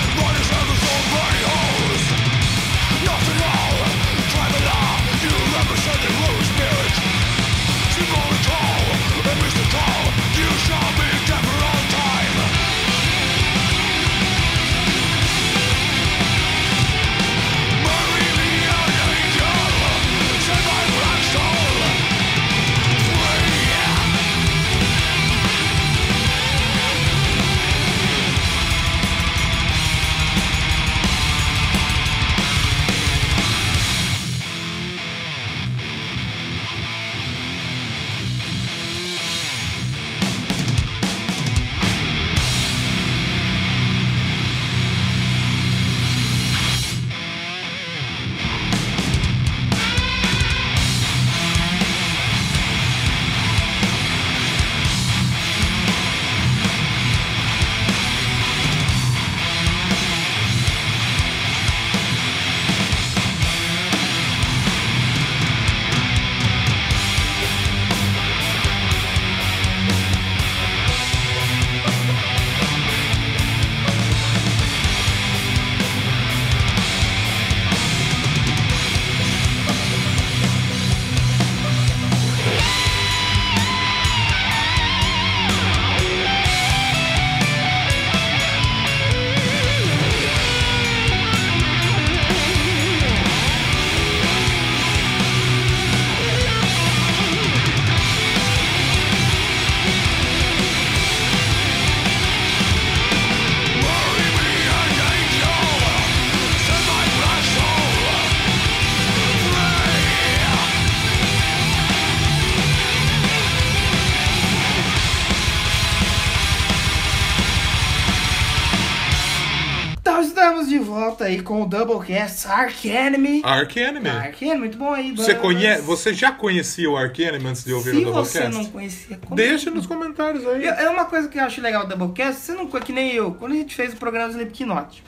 G: Burn
A: Então estamos de volta aí com o Doublecast Arc Enemy.
B: Ark Enemy.
A: Arc Enemy, muito bom aí.
B: Ah, é. Você,
A: bandas.
B: conhece, você já conhecia o Ark Enemy antes de ouvir
A: Se
B: o
A: você
B: Doublecast?
A: não conhecia, como-
B: Deixa nos comentários aí.
A: Eu- É uma coisa que eu acho legal do Doublecast, você não conhe- que nem eu, quando a gente fez o programa do Slipknot,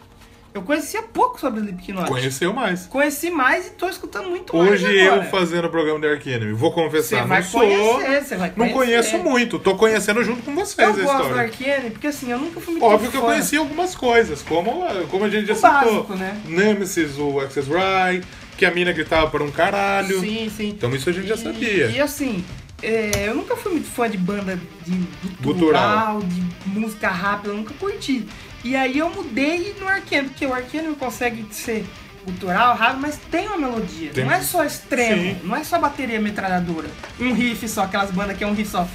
A: eu conhecia pouco sobre o Slipknot.
B: Conheceu mais.
A: Conheci mais e tô escutando muito mais
B: Hoje eu
A: agora.
B: fazendo o programa de Ark Enemy. Vou
A: Você
B: confessar,
A: vai
B: não sou.
A: conhecer, você vai
B: não
A: conhecer.
B: conheço muito. Tô conhecendo junto com vocês
A: Eu
B: a
A: gosto do
B: história.
A: Arc Enemy, porque assim, eu nunca fui muito
B: Óbvio que eu
A: fã.
B: conheci algumas coisas, como, como a gente já
A: O
B: citou.
A: básico, né?
B: Nemesis, o Access Right, que a mina gritava para um caralho.
A: Sim, sim.
B: Então isso a gente já
A: E-
B: sabia.
A: E assim, é, eu nunca fui muito fã de banda de
B: Gutural.
A: gutural, de música rápida, eu nunca curti. E aí eu mudei no Arcane, porque o Arcane consegue ser gutural, rápido, mas tem uma melodia.
B: Tem.
A: Não é só extremo,
B: Sim.
A: não é só bateria metralhadora. Um riff só, aquelas bandas que é um riff só.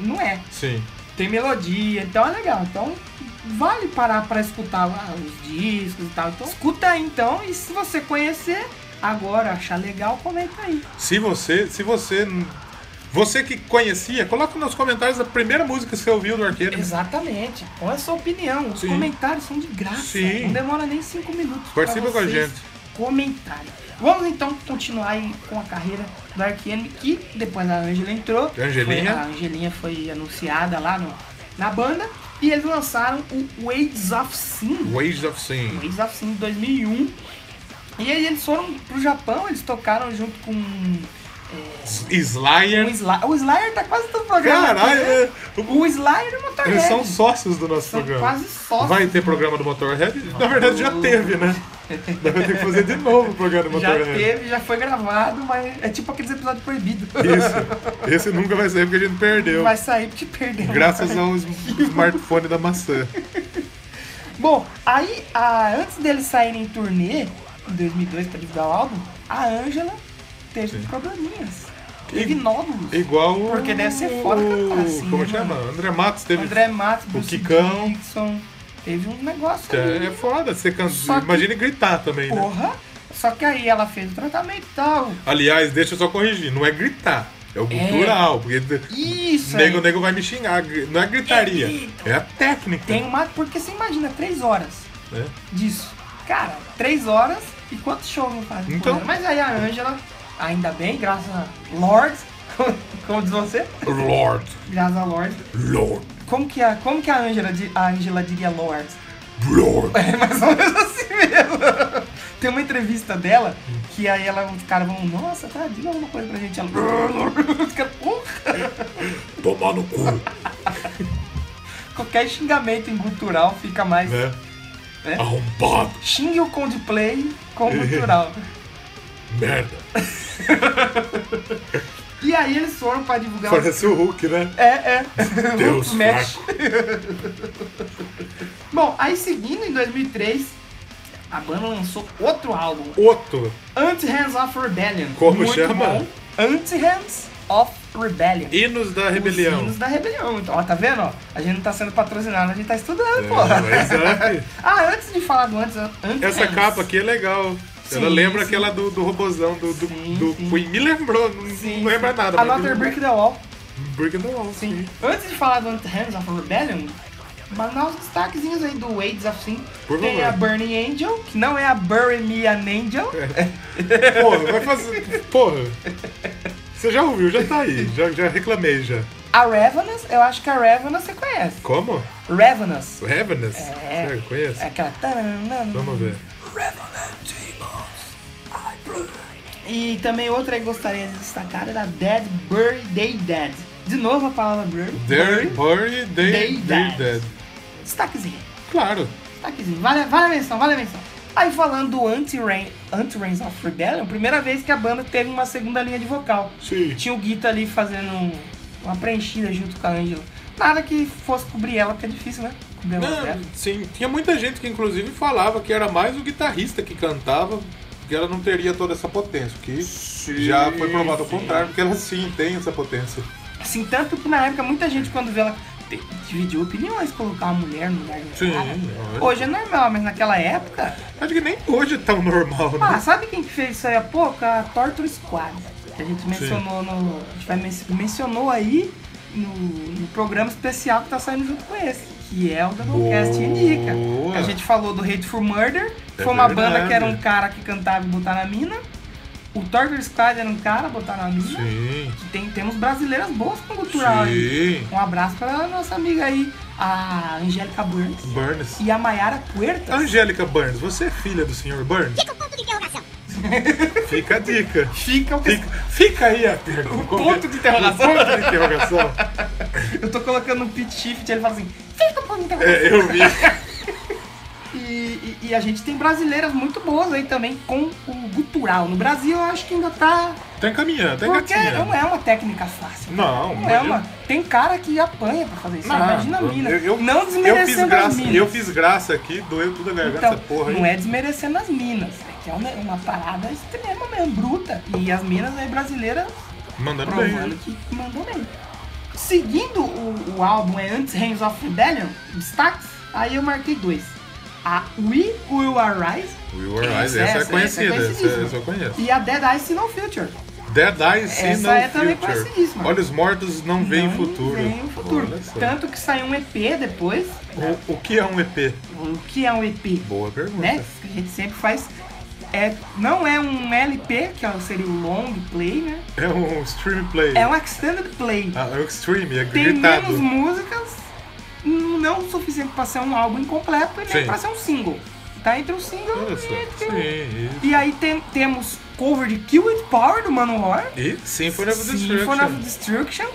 A: Não é.
B: Sim.
A: Tem melodia, então é legal. Então vale parar pra escutar lá os discos e tal. Então escuta aí então e se você conhecer agora, achar legal, comenta aí.
B: Se você, se você, você que conhecia, coloca nos comentários a primeira música que você ouviu do Arqueiro.
A: Exatamente. Qual é a sua opinião? Os
B: Sim.
A: comentários são de graça.
B: Sim.
A: Não demora nem cinco minutos.
B: Participa
A: pra
B: com a
A: vocês
B: gente.
A: Comentarem. Vamos então continuar aí com a carreira do Ark Enemy, que depois a Angela entrou.
B: Angelinha.
A: Foi- a Angelinha foi anunciada lá no, na banda. E eles lançaram o Waves of Sin.
B: Waves of Sin.
A: Waves of Sin de 2001. E aí eles foram pro Japão, eles tocaram junto com. com o
B: Slayer.
A: Slayer. O Slayer tá quase todo programa.
B: Caralho,
A: aqui, né?
B: é-
A: O Slayer e o Motorhead.
B: eles são sócios do nosso
A: São
B: programa.
A: quase sócios. né?
B: Vai ter programa do Motorhead? Na verdade já teve, né? Deve ter que fazer de novo o programa do
A: Já
B: Motorhead.
A: teve, já foi gravado, mas é tipo aqueles episódios proibidos.
B: Isso. Esse nunca vai sair porque a gente perdeu.
A: Vai sair porque perdeu.
B: Graças ao s- smartphone da maçã.
A: Bom, aí, a- antes deles saírem em turnê, em 2002, pra divulgar o álbum, a Ângela teve probleminhas. Teve
B: E-
A: nódulos.
B: Igual o-
A: Porque deve ser foda cantar assim,
B: Como
A: né,
B: chama?
A: mano?
B: André Matos teve.
A: André Matos,
B: o
A: Bruce
B: Kikão.
A: Dickinson, teve um negócio ali.
B: É foda, você can...
A: Só que-
B: imagina gritar também, né?
A: Porra! Só que aí ela fez o tratamento e tal.
B: Aliás, deixa eu só corrigir, não é gritar, é o gutural, porque
A: Isso!
B: nego,
A: aí.
B: nego vai me xingar, gri- não é gritaria,
A: É grito.
B: é a técnica.
A: Tem uma. Porque você imagina, três horas
B: né?
A: disso. Cara, três horas e quantos shows não faz?
B: Então-
A: Porra, Mas aí a Ângela, ainda bem, graças a Lord, como diz você?
B: Lord,
A: Graças a Lord.
B: Lord,
A: Como que a, como que a Angela, di- a Angela diria Lord?
B: Lord.
A: É mais ou menos assim mesmo. Tem uma entrevista dela que aí ela, os caras vão, nossa, tá, diga alguma coisa pra gente. Ela, os caras, porra.
B: Tomar no cu.
A: Qualquer xingamento em cultural fica mais.
B: Né?
A: É?
B: Arrombado,
A: Xingue o Coldplay com cultural.
B: merda.
A: e aí eles foram pra divulgar. os-
B: Parece o Hulk, né?
A: É, é. Hulk
B: Deus
A: Smash. Bom, aí seguindo em 2003, a banda lançou outro álbum,
B: Outro.
A: Anti-Hands of Rebellion.
B: Como
A: Muito
B: chama?
A: bom. Anti-Hands of Rebellion.
B: Hinos da
A: Os
B: Rebelião.
A: hinos da rebelião. Então, ó, tá vendo? ó? A gente não tá sendo patrocinado, a gente tá estudando, pô.
B: É, exato.
A: ah, antes de falar do antes, antes
B: Essa
A: antes.
B: capa aqui é legal. Ela
A: Sim,
B: lembra
A: sim.
B: aquela do, do robozão do, do,
A: Sim,
B: do
A: sim.
B: Queen. Me lembrou, não,
A: Sim.
B: não lembra nada. mas
A: Another
B: me
A: Brick the Wall.
B: lembrou. Brick in the Wall,
A: Sim.
B: sim.
A: Antes de falar tá do Hands of Rebellion, mandar os destaquezinhos aí do Wades assim.
B: Por
A: Tem
B: favor.
A: a Burning Angel, que não é a Bury Me an Angel.
B: Porra, vai fazer. Porra. Você já ouviu, já tá aí. Já, já reclamei já.
A: A Ravenous, eu acho que a Ravenous você conhece.
B: Como?
A: Ravenous.
B: Ravenous?
A: É.
B: Você conhece?
A: É aquela. taranana.
B: Vamos ver.
A: E também outra aí que gostaria de destacar era Dead Bury Day Dead. De novo a palavra Bury.
B: There, Bury, They,
A: They
B: They
A: Dead.
B: Dead.
A: Destaquezinho.
B: Claro.
A: Destaquezinho. Tá Vale, vale a menção, vale a menção. Aí falando do Anti-Rain, Anti-Rains of Rebellion, primeira vez que a banda teve uma segunda linha de vocal.
B: Sim.
A: Tinha o Guita ali fazendo um- uma preenchida junto com a Angela. Nada que fosse cobrir ela, porque é difícil, né? Cobrir a voz dela.
B: Não, sim, tinha muita gente que inclusive falava que era mais o guitarrista que cantava, que ela não teria toda essa potência, que já foi provado ao contrário, porque ela sim tem essa potência.
A: Assim, tanto que na época muita gente quando vê ela te- dividiu opiniões, colocar uma mulher no lugar de um
B: Sim,
A: cara.
B: é.
A: Hoje é normal, mas naquela época...
B: Acho que nem hoje é tão normal,
A: Ah,
B: né?
A: sabe quem que fez isso aí há pouco? A Torture Squad. Que a gente mencionou no. A gente vai men- mencionou aí no, no programa especial que tá saindo junto com esse. que é o Doublecast Indica.
B: Boa.
A: Que a gente falou do Hateful Murder,
B: É
A: foi uma
B: verdade.
A: banda que era um cara que cantava e botar na mina. O Torture Squad era um cara botar na mina.
B: Sim.
A: Que tem, temos brasileiras boas com cultural aí.
B: Sim.
A: Um abraço pra nossa amiga aí, a Angélica Burns
B: Burns.
A: e a Mayara Puertas.
B: Angélica Burns, você é filha do senhor Burns? Fica a dica.
A: Fica o
B: Fica, fica aí a pergunta.
A: ponto de interrogação.
B: O ponto de interrogação.
A: Eu tô colocando um pit shift, ele fala assim, fica o ponto de interrogação.
B: É, eu vi.
A: E, e- e a gente tem brasileiras muito boas aí também com o gutural. No Brasil eu acho que ainda tá.
B: Tá encaminhando, tá
A: porque não
B: engatinhando.
A: é uma técnica fácil.
B: Não,
A: Não
B: mas
A: é
B: eu-
A: uma. Tem cara que apanha pra fazer isso.
B: Não,
A: Tá, Imagina a mina.
B: Ah, eu- eu-
A: não
B: Eu fiz
A: desmerecendo as
B: graça,
A: minas.
B: eu fiz graça aqui, doeu tudo a garganta
A: Então,
B: essa porra
A: não
B: aí.
A: é desmerecendo as minas. É que é uma, uma parada extrema mesmo, bruta. E as minas aí brasileiras
B: Mandando bem.
A: provando que mandou bem. Seguindo o, o álbum é antes Reigns of Rebellion, destaques, aí eu marquei dois. A We Will Arise
B: Will
A: Essa,
B: Arise, essa, é
A: essa,
B: conhecida,
A: essa é
B: essa,
A: conhecidíssima.
B: essa eu conheço.
A: e a Dead Eyes See No Future.
B: Dead Eyes See
A: Essa
B: No
A: é também
B: Future.
A: conhecidíssima.
B: Olhos Mortos não veem
A: Não
B: futuro.
A: Vem o futuro.
B: Olha só.
A: Tanto que saiu um EP depois.
B: O, o que é um EP?
A: O que é um EP?
B: Boa pergunta.
A: Né? Que a gente sempre faz. É, não é um LP, que é o- seria o long play, né?
B: É um stream play.
A: É um extended play.
B: Ah, é um extreme, é
A: Tem
B: gritado.
A: menos músicas, n- não o suficiente pra ser um álbum incompleto e nem
B: Sim.
A: pra ser um single. Tá entre um single
B: Nossa,
A: e entre um-
B: sim.
A: E aí tem- temos cover de Kill With Power do Manowar.
B: E Symphony of
A: Symphony of
B: Destruction.
A: Destruction.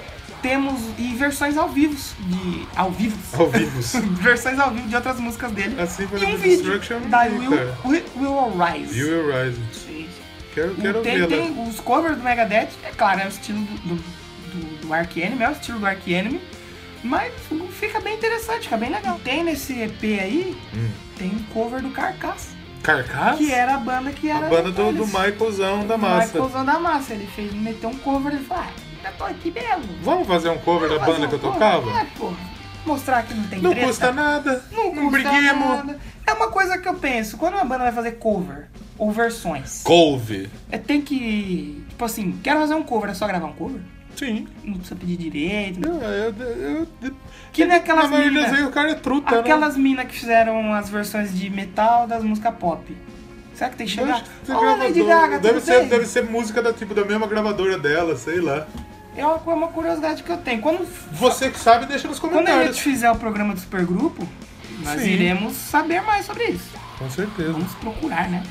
A: Temos e versões ao vivo de ao vivo.
B: Ao vivo.
A: versões ao vivo de outras músicas dele.
B: A Symphony
A: e um
B: of
A: vídeo
B: Destruction.
A: da
B: não vi,
A: Will,
B: cara.
A: Will, Will Arise.
B: You Will Rise. Quero, quero né?
A: tem,
B: vê-la.
A: tem os covers do Megadeth, é claro, é o estilo do, do, do, do Arch Enemy, é o estilo do Arch Enemy, mas fica bem interessante, fica bem legal. Tem nesse EP aí,
B: Hum.
A: tem um cover do Carcass,
B: Carcass?
A: que é era a banda que
B: a
A: era...
B: banda do, do
A: eles-
B: Michaelzão da
A: do
B: massa.
A: Michaelzão da Massa, ele fez, meteu um cover, ele falou, ah, eu tô aqui mesmo.
B: Vamos fazer um cover da
A: Fazer
B: banda
A: um
B: que eu
A: cover? É,
B: tocava?
A: pô, mostrar que não tem
B: Não
A: treta.
B: custa nada.
A: Não, custa
B: briguemos.
A: nada. É uma coisa que eu penso, quando uma banda vai fazer cover ou versões,
B: Couve.
A: é, tem que, tipo assim, quero fazer um cover, é só gravar um cover?
B: Sim.
A: não precisa pedir direito. né?
B: Eu, eu, eu, eu-
A: Que nem aquelas
B: na maioria das
A: minas.
B: vezes o cara é truta, né?
A: Aquelas minas que fizeram as versões de metal das músicas pop. Será que tem que chegar?
B: Deve ser
A: Ô, Lady
B: gravador-
A: Gaga,
B: deve,
A: tudo
B: ser,
A: bem?
B: deve ser música da, tipo, da mesma gravadora dela, sei lá.
A: É uma, uma curiosidade que eu tenho. Quando,
B: Você que sabe, deixa nos
A: quando a
B: comentários.
A: gente fizer o programa do Supergrupo, nós
B: Sim.
A: iremos saber mais sobre isso.
B: Com certeza.
A: Vamos procurar, né?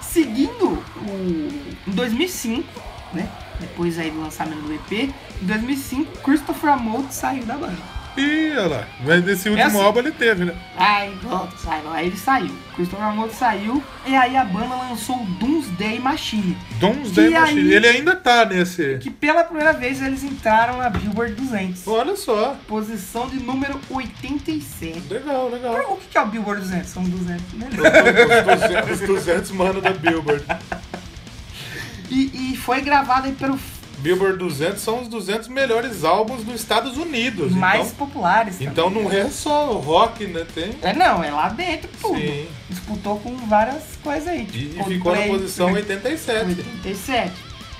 A: Seguindo o... em 2005, né? Depois aí do lançamento do EP, em 2005, Christopher Amold saiu da banda.
B: Ih, olha lá. Mas nesse último
A: assim.
B: álbum ele teve, né?
A: Ai, volta, sai, vai. aí ele saiu. Christopher Amor saiu e aí a banda lançou o Doomsday Machine,
B: Doomsday
A: E
B: Machine.
A: aí?
B: Ele ainda tá nesse.
A: que pela primeira vez eles entraram na Billboard 200,
B: Olha só.
A: posição de número 87.
B: Legal, legal.
A: O que que é o Billboard 200? São 200 melhores.
B: Os 200, os 200 mano da Billboard.
A: E, e foi gravado aí pelo
B: Billboard 200 são os 200 melhores álbuns dos Estados Unidos.
A: mais populares. também.
B: Então, então não é só o rock, né? Tem.
A: É não, é lá dentro tudo.
B: Sim.
A: Disputou com várias coisas aí.
B: E, e
A: tipo
B: ficou na
A: Coldplay,
B: posição 87.
A: 87.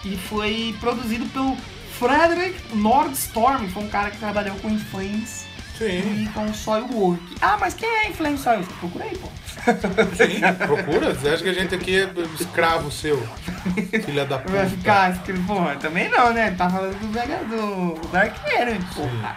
A: E foi produzido pelo Frederick Nordstorm, foi um cara que trabalhou com inflames
B: Sim.
A: e com Soilwork. Ah, mas quem é inflame Soilwork? Procura aí, pô.
B: Sim. Procura? Você acha que a gente aqui é escravo seu? Filha da puta.
A: Vai ficar escrito, porra, também não, né? Tá falando do, Vega, do Dark Enemy, porra.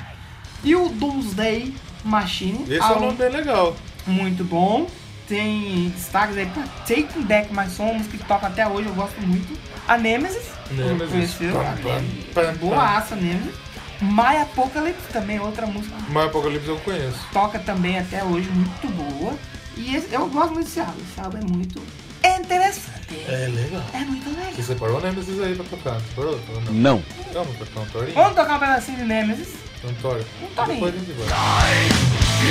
A: E o Doomsday Machine,
B: Esse é um
A: álbum
B: nome bem legal.
A: muito bom. Tem destaques aí pra Taking Back My Soul, uma música que toca até hoje, eu gosto muito. A Nemesis,
B: Nemesis. Tá,
A: conheceu?
B: Pam, pam, pam,
A: Boaça Nemesis. My Apocalypse também, outra música
B: Mas Apocalipse eu conheço.
A: toca também até hoje, muito boa. E esse- eu gosto muito desse álbum, esse álbum é muito interessante.
B: É legal.
A: É muito legal.
B: Você separou o Nemesis aí pra tocar? Separou? Não. Não, não tocar um torinho?
A: Vamos tocar um pedacinho de Nemesis.
B: Um torinho.
A: Um torinho.
B: Depois a gente vai.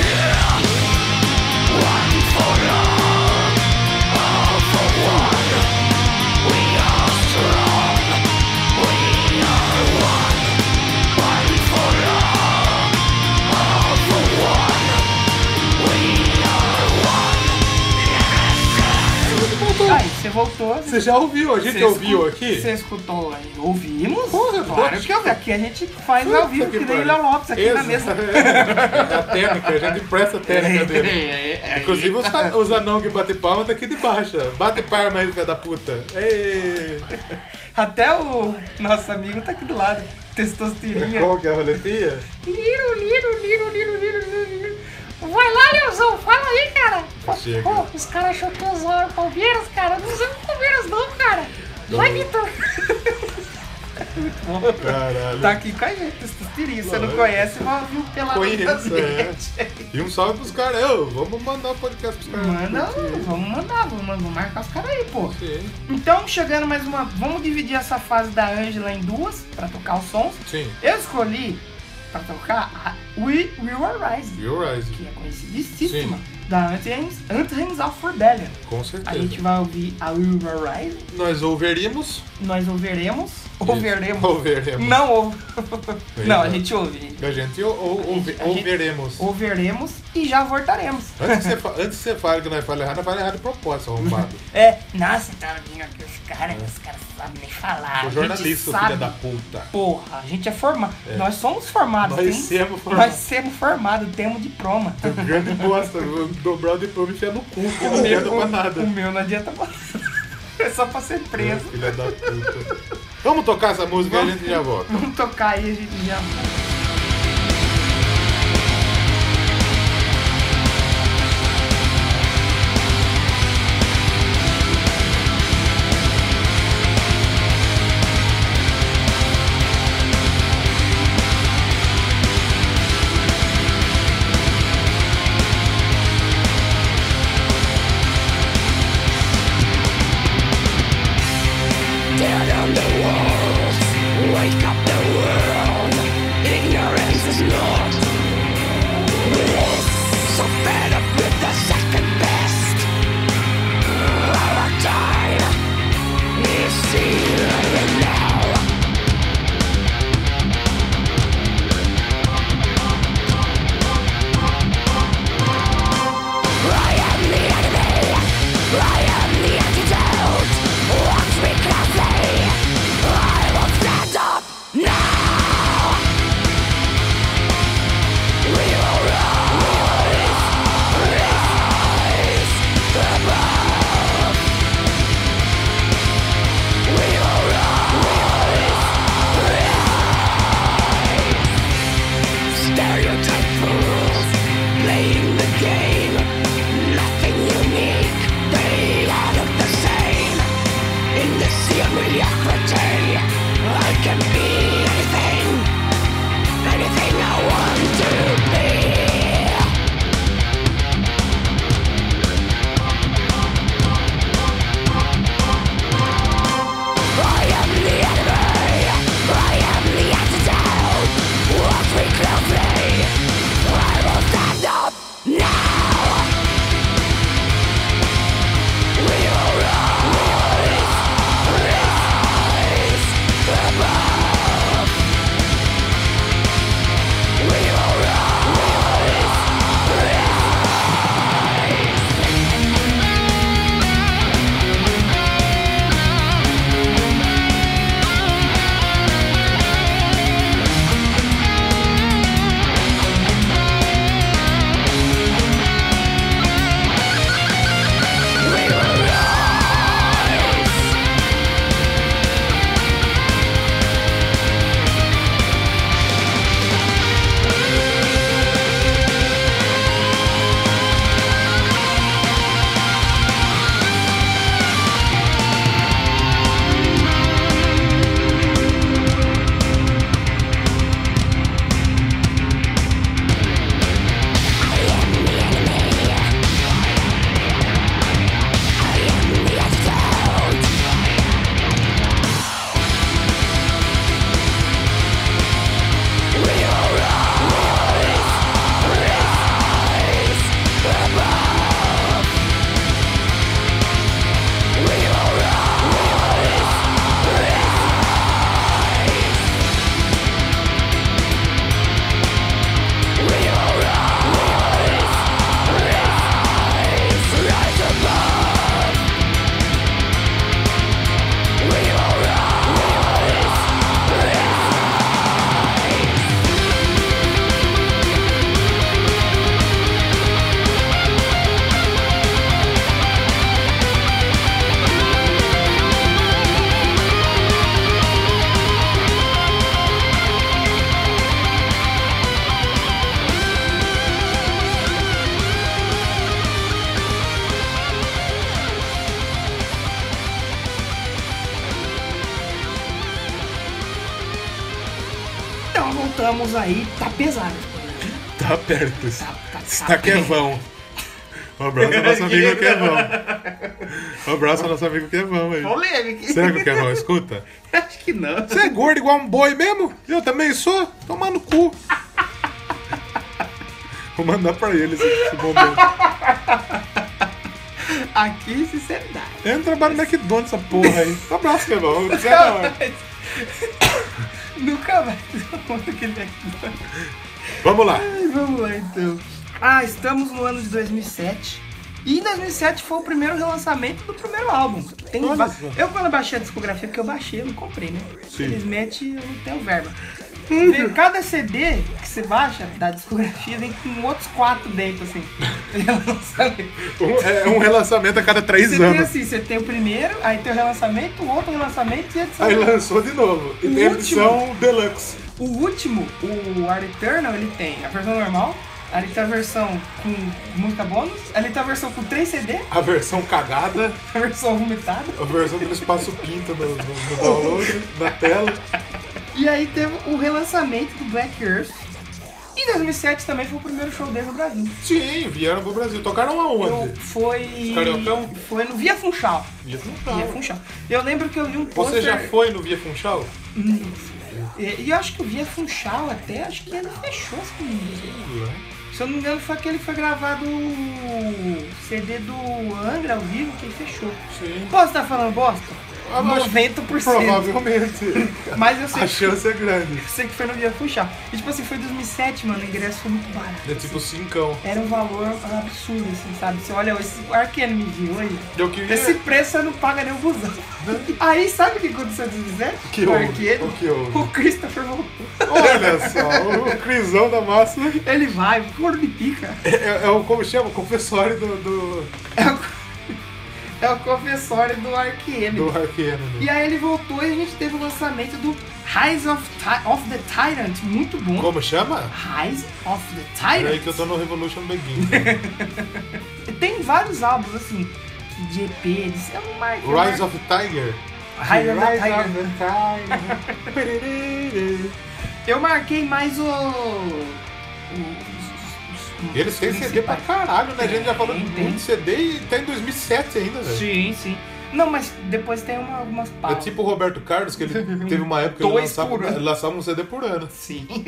A: Aí, você vou voltou.
B: Você já ouviu? A gente
A: Você
B: ouviu
A: escu-
B: aqui?
A: Você escutou aí? Ouvimos?
B: Porra,
A: claro
B: lógico.
A: que ouvi. Aqui a gente faz ao vivo, que nem
B: pariu.
A: Léo Lopes aqui na mesa.
B: Exato.
A: É.
B: É a técnica, a gente empresta a técnica dele. Inclusive os, os anão que bate palma tá aqui de baixo. ó. Bate palma aí, filha da puta. Ei.
A: Até o nosso amigo tá aqui do lado. Testosterina.
B: Qual que é a roletinha?
A: Liro, liro, liro, liro, liro, liro, liro. Vai lá, Leozão, fala aí, cara.
B: Chega.
G: Pô, os caras achou que eu zoava o Palmeiras, cara. Não usamos o Palmeiras, não, cara. Vai, Vitor.
B: Caralho.
A: Tá aqui com a gente, Testosterina. Você não
B: É. Lógico.
A: conhece, mas viu pela
B: Conheço, é.
A: gente.
B: E um salve pros caras. Ô, vamos mandar o podcast pros caras.
A: Manda, um.
B: Curtir.
A: vamos mandar, vamos, vamos marcar os caras aí, pô.
B: Sim.
A: Então, chegando mais uma. Vamos dividir essa fase da Angela em duas, pra tocar os sons.
B: Sim.
A: Eu escolhi pra tocar a We Will Arise,
B: You're right.
A: que é conhecidíssima, da Anthems, Anthems of Rebellion.
B: Com
A: A
B: certeza.
A: gente vai ouvir a We Will Arise,
B: Nós ouveríamos.
A: nós ouveremos.
B: Isso.
A: Ouveremos.
B: Ouveremos.
A: Não ouve.
B: Bem,
A: Não,
B: tá.
A: a gente ouve. gente.
B: A gente ou, ou,
A: A gente- a gente-
B: ouveremos.
A: Ouveremos e já voltaremos.
B: Antes que, você, fa- antes que você fale que nós falamos errado, nós falamos errado de propósito, arrombado.
A: É, nossa, tava vindo aqui os caras, os caras não sabem nem falar. A
B: O
A: gente
B: jornalista,
A: sabe.
B: filha da puta.
A: Porra, a gente é formado. Nós somos formados,
B: Nós
A: hein?
B: somos formados.
A: Nós somos formados, temos diploma.
B: Um Grande bosta, um vou dobrar o diploma e enfiar no cu, que não adianta pra nada.
A: O meu não adianta pra... É só pra ser preso.
B: Filha da puta. Vamos tocar essa música e a gente já volta.
A: Vamos tocar aí, a gente já...
H: Dead on the walls, wake up the world. It
A: estamos Então, aí, tá pesado.
B: Tá perto. Está,
A: Tá, tá,
B: está Kevão. é Um abraço ao nosso amigo Kevão. Um abraço ao nosso amigo Kevão aí.
A: Polêmico.
B: Será que o Kevão escuta?
A: Acho que não.
B: Você é gordo igual um boi mesmo? Eu também sou? Tomar no cu. Vou mandar pra ele esse, esse bombom.
A: Aqui, sinceridade.
B: Eu não trabalho no McDonald's, essa porra aí. Um abraço, Kevão. Você é da hora.
A: Nunca mais eu
B: um
A: conto aquele
B: é
A: McDonald's.
B: Vamos lá.
A: Ai, Vamos lá então. Ah, estamos no ano de 2007. E 2007 foi o primeiro relançamento do primeiro álbum. Tem
B: Olha
A: va-
B: só.
A: Eu quando baixei a discografia, porque eu baixei, eu não comprei, né?
B: Sim. Uhum.
A: Infelizmente eu não tenho verba. Cada CD que você baixa da discografia vem com outros quatro dentro, assim. relançamento.
B: Um- é um relançamento a cada três
A: Você tem
B: anos.
A: assim, você tem o primeiro, aí tem o relançamento, o outro relançamento e etc.
B: Aí lançou de novo. E
A: O
B: tem a
A: último.
B: edição deluxe.
A: O último, o Art Eternal, ele tem a versão normal, ele tem a versão com música bônus, ele tem a versão com 3 CD,
B: A versão cagada.
A: a versão vomitada,
B: A versão do espaço pinta no, no- no download, na tela.
A: e aí teve o relançamento do Black Earth. E 2007 também foi o primeiro show dele no Brasil.
B: Sim, vieram pro Brasil. Tocaram aonde?
A: Eu- foi.
B: Cariocão?
A: Foi no Via Funchal.
B: Via
A: Via
B: Funchal.
A: Funchal. Eu lembro que eu li um
B: Você
A: pôster.
B: já foi no Via Funchal?
A: É, E, e eu acho que o Via Funchal até, acho que ele fechou, se eu não me engano. Se eu não me engano, foi aquele que foi gravado o CD do Angra ao vivo, que ele fechou.
B: Sim.
A: Posso estar falando bosta?
B: Ah, mas
A: 90%.
B: Provavelmente.
A: Mas eu sei,
B: A
A: que-
B: chance é grande.
A: sei que foi no dia puxar. E tipo assim, foi 2007, mano, o ingresso foi muito barato.
B: É tipo cincão.
A: Era um valor absurdo, assim, sabe? Você olha, esse Arcane me viu aí.
B: Eu queria
A: Esse preço você não paga nem o busão. Aí sabe o que aconteceu em 2007?
B: Né? que
A: o
B: houve.
A: Arcane,
B: O que houve?
A: o Christopher voltou.
B: Olha só, o Crisão da Massa
A: Ele vai, gordo de pica.
B: é, é o, como chama, o confessório do, do,
A: É o, é o confessório do Arcane.
B: do né? Arqueno.
A: E aí ele voltou e a gente teve o lançamento do Rise of, Ti- of the Tyrant, muito bom.
B: Como chama?
A: Rise of the
B: Peraí que eu
A: Tyrant.
B: tô no Revolution né? Begin.
A: Tem vários álbuns assim, que de EP, de... eu não marco. eu
B: Rise
A: marco-
B: of Tiger.
A: Rise of the Tyrant.
B: Tiger.
A: Eu marquei mais o. o- os- os-
B: Eles têm
A: os
B: CD pra
A: principais.
B: caralho, né? A gente já falou
A: Tem,
B: muito
A: tem.
B: de CD e tá em 2007 ainda, velho.
A: Sim, sim. Não, mas depois tem uma, algumas
B: É
A: pausas.
B: tipo o Roberto Carlos, que ele teve uma época que ele
A: Dois
B: lançava,
A: por ano.
B: lançava um CD por ano.
A: Sim.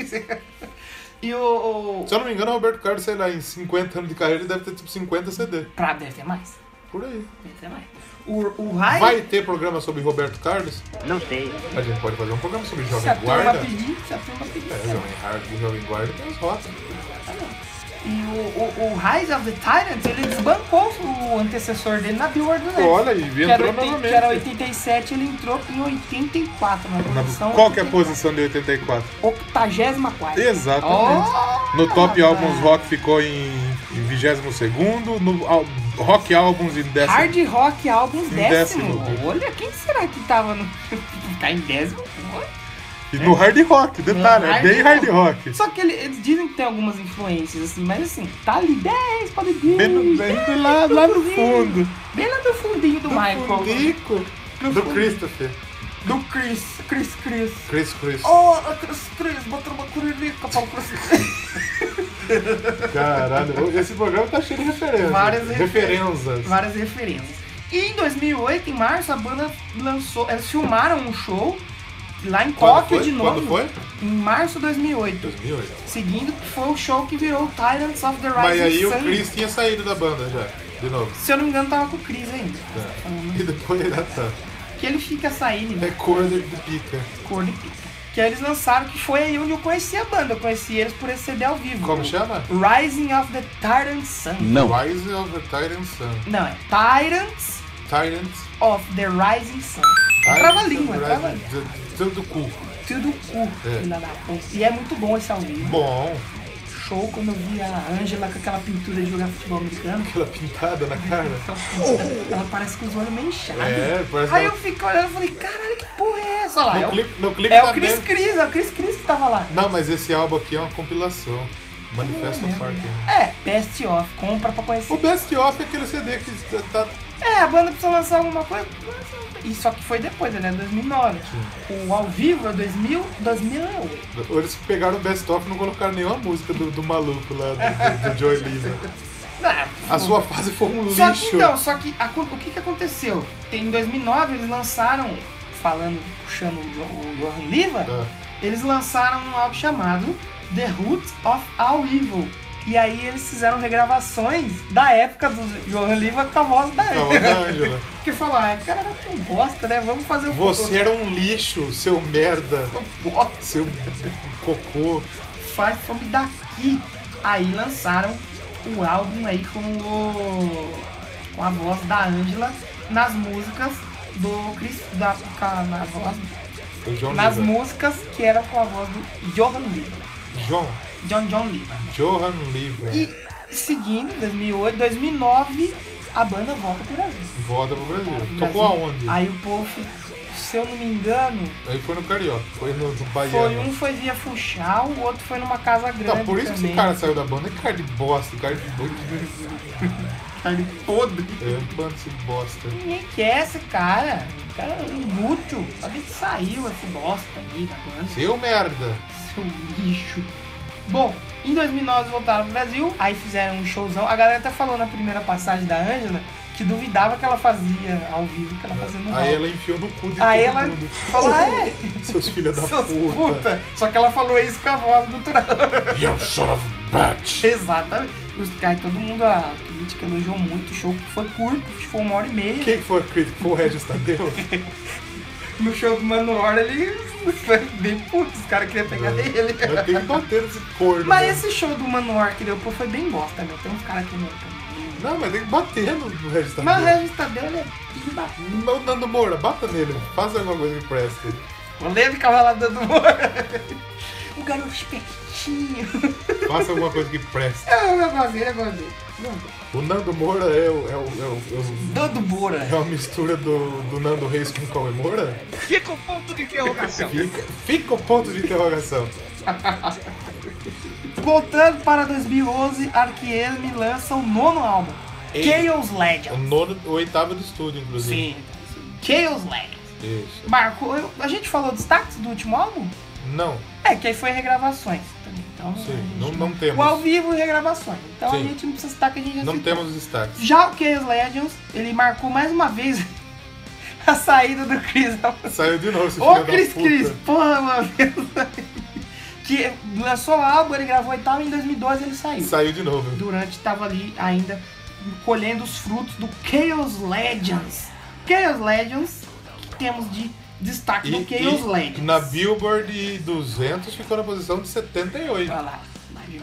A: e o. o...
B: Se eu não me engano, o Roberto Carlos, sei lá, em 50 anos de carreira, ele deve ter tipo 50 CD.
A: Pra deve ter mais.
B: Por aí.
A: Deve ter mais. O, o Rise.
B: Vai ter programa sobre Roberto Carlos?
F: Não sei.
B: A gente pode fazer um programa sobre
A: Se
B: Jovem
A: a turma
B: Guarda.
A: pedir, se a turma pedir.
B: É, Jovem Hard, Jovem Guarda tem as rotas.
A: E o, o, o Rise of the Tyrants, ele desbancou o antecessor dele na Billboard do Neto.
B: Olha aí,
A: que era,
B: entrou
A: 80, que era
B: novamente.
A: 87, ele entrou em 84 na
B: Na-
A: posição.
B: Qual que é a posição de 84?
A: 84.
B: Exatamente.
A: Oh!
B: No top álbuns rock ficou em, em 22 no al- rock álbuns em décimo.
A: Hard Rock Álbuns
B: Em
A: décimo.
B: décimo.
A: Olha, quem será que tava no. tá em décimo?
B: E no hard rock, detalhe,
A: No
B: é bem
A: hard
B: hard rock.
A: Só que ele- eles dizem que tem algumas influências, assim, mas assim, tá ali 10, pode 10.
B: Bem, no, bem do lá, lá no fundo.
A: Bem lá do fundinho do, Michael.
B: Fundico. Do Christopher.
A: Do Chris. Chris, Chris.
B: Chris Chris.
A: Oh, Chris, Chris, botou uma curirica pra um Chris.
B: Caralho, esse programa tá cheio de referências.
A: Várias
B: referências.
A: várias referências. E em 2008, em março, a banda lançou, elas filmaram um show lá em
B: Quando
A: Tóquio
B: foi?
A: de novo.
B: Quando foi?
A: Em março de 2008.
B: 2008.
A: Seguindo, que foi o show que virou o Tyrants of the Rising
B: Mas aí o
A: Sun.
B: Chris tinha saído da banda já, de novo.
A: Se eu não me engano, tava com o Chris ainda. Uhum.
B: E depois ele tá.
A: Que ele fica saindo, né?
B: É cor de de pica.
A: Cor de pica. Que aí eles lançaram, que foi aí onde eu conheci a banda. Eu conheci eles por esse CD ao vivo.
B: Como chama?
A: Rising of the Tyrant Sun.
B: Não. Rise of the Tyrant Sun.
A: Não, é Tyrants
B: Tyrant.
A: of the Rising Sun.
B: Tyrant
A: É Trava-língua, é
B: of the
A: trava-língua.
B: Rising- do- do- do cu.
A: Tudo cu,
B: É.
A: filha da puta. E é muito bom esse ao vivo.
B: Bom,
A: Show quando eu vi a Angela com aquela pintura de jogar futebol americano.
B: aquela pintada na cara.
A: Aquela pintura, Ela parece com os olhos meio inchados.
B: Oh. É, parece
A: Aí
B: uma-
A: eu fico olhando e falei, caralho, que porra é essa lá? É
B: No
A: o,
B: clipe, no clipe
A: é o
B: tá
A: Chris
B: bem-
A: Cris, é o Chris Cris que tava lá.
B: Não, mas esse álbum aqui é uma compilação. Manifesto Party.
A: É, best off, compra pra conhecer.
B: O Best Off é aquele CD que tá, tá
A: É, a banda precisou lançar alguma coisa. E só que foi depois, né? 2009. O ao vivo é 2000, 2008.
B: Eles pegaram o best-of e não colocaram nenhuma música do, do maluco lá, do, do, do Joey Lima.
A: Ah,
B: A sua fase foi um
A: Só que
B: lixo.
A: então, só que a co- o que, que aconteceu? Em 2009 eles lançaram, falando, puxando o Jo- o Johan Liva,
B: Ah,
A: eles lançaram um álbum chamado The Roots of All Evil. E aí eles fizeram regravações da época do Johan Liva com a voz da
B: Ah, não,
A: época.
B: olha, Ângela.
A: Porque falaram, ah, cara, era tão bosta, né? Vamos fazer o
B: Você era um lixo, seu merda,
A: Bosta.
B: seu cocô.
A: Faz From Daqui. Aí lançaram o álbum aí com o. com a voz da Angela nas músicas do Chris. Da, ca- na voz,
B: O João
A: nas
B: Lima.
A: músicas que eram com a voz do Johan Lima.
B: João,
A: John John Lima.
B: Johan Lima.
A: E seguindo, 2008, 2009, a banda volta pro Brasil.
B: Volta pro Brasil.
A: Brasil.
B: Tocou aonde?
A: Aí o povo, fi- se eu não me engano,
B: Aí foi no Carioca, foi no, no Bahia.
A: foi um foi via Funchal, o outro foi numa casa grande.
B: Tá, por isso que
A: também.
B: esse cara saiu da banda. Que cara de bosta, cara de bosta. tá
A: Cara de podre.
B: É, um bando de bosta.
A: Ninguém quer é esse cara. O cara é inútil. Sabe que saiu esse bosta aí da banda.
B: Seu merda.
A: Seu lixo. Bom, em 2009 eles voltaram pro Brasil, aí fizeram um showzão. A galera até falou na primeira passagem da Ângela que duvidava que ela fazia ao vivo, que ela fazia no
B: Aí
A: rock.
B: ela enfiou no cu de
A: Aí
B: todo
A: ela
B: mundo.
A: falou, ah, é,
B: Seus filhos da
A: seus
B: puta.
A: puta. Só que ela falou isso com a voz natural.
B: You son of a bitch.
A: Exatamente. Os caras, todo mundo, a crítica elogiou muito o show, que foi curto, que foi uma hora e meia.
B: Quem foi a crítica? Foi o Regis Tadeu?
A: No show do Mano Hora, ele foi bem puto, os caras queriam pegar ele.
B: Né? Mas tem É. que bater nesse corno. né?
A: Mas esse show do Manor que deu pô foi bem bosta, meu. Tem uns caras que não.
B: Não, mas tem que bater no, no Regis Tadeu.
A: Mas o Regis Tadeu ele é pimba.
B: Não, Nando Moura, bata nele. Faz alguma coisa que preste.
A: O leve cavalada do Moura. O garoto espertinho.
B: Faça alguma coisa que preste.
A: É, Eu não gosto dele, eu gosto dele. Não,
B: O Nando Moura é o. É o, é o- é o-
A: Dando Moura.
B: é uma mistura do, do Nando Reis com o Cauê Moura?
D: Fica o ponto de é interrogação.
B: Fica, fica o ponto de interrogação.
A: Voltando para 2011, Arquieme lança o nono álbum.
B: Ei.
A: Chaos
B: O
A: Legends.
B: nono, o oitavo do estúdio,
A: Sim.
B: inclusive.
A: Chaos Legends.
B: Isso.
A: Marco, eu- a gente falou destaques do último álbum?
B: Não,
A: É, que aí foi regravações. também. Então, a
B: sim.
A: gente
B: Não, não
A: O ao
B: temos.
A: vivo e regravações. Então a
B: Sim.
A: gente não precisa citar que a gente já
B: Não
A: citou.
B: temos destaques.
A: Já o Chaos Legends, ele marcou mais uma vez a saída do Chris.
B: Saiu de novo esse
A: Ô
B: filho
A: Chris
B: da puta.
A: Chris, porra, mano. Que lançou o álbum, ele gravou e tal, e em 2012 ele saiu.
B: Saiu de novo.
A: Durante tava ali ainda colhendo os frutos do Chaos Legends. Chaos Legends, que temos de destaque do Chaos Legends.
B: na Billboard 200 ficou na posição de 78.
A: Olha lá,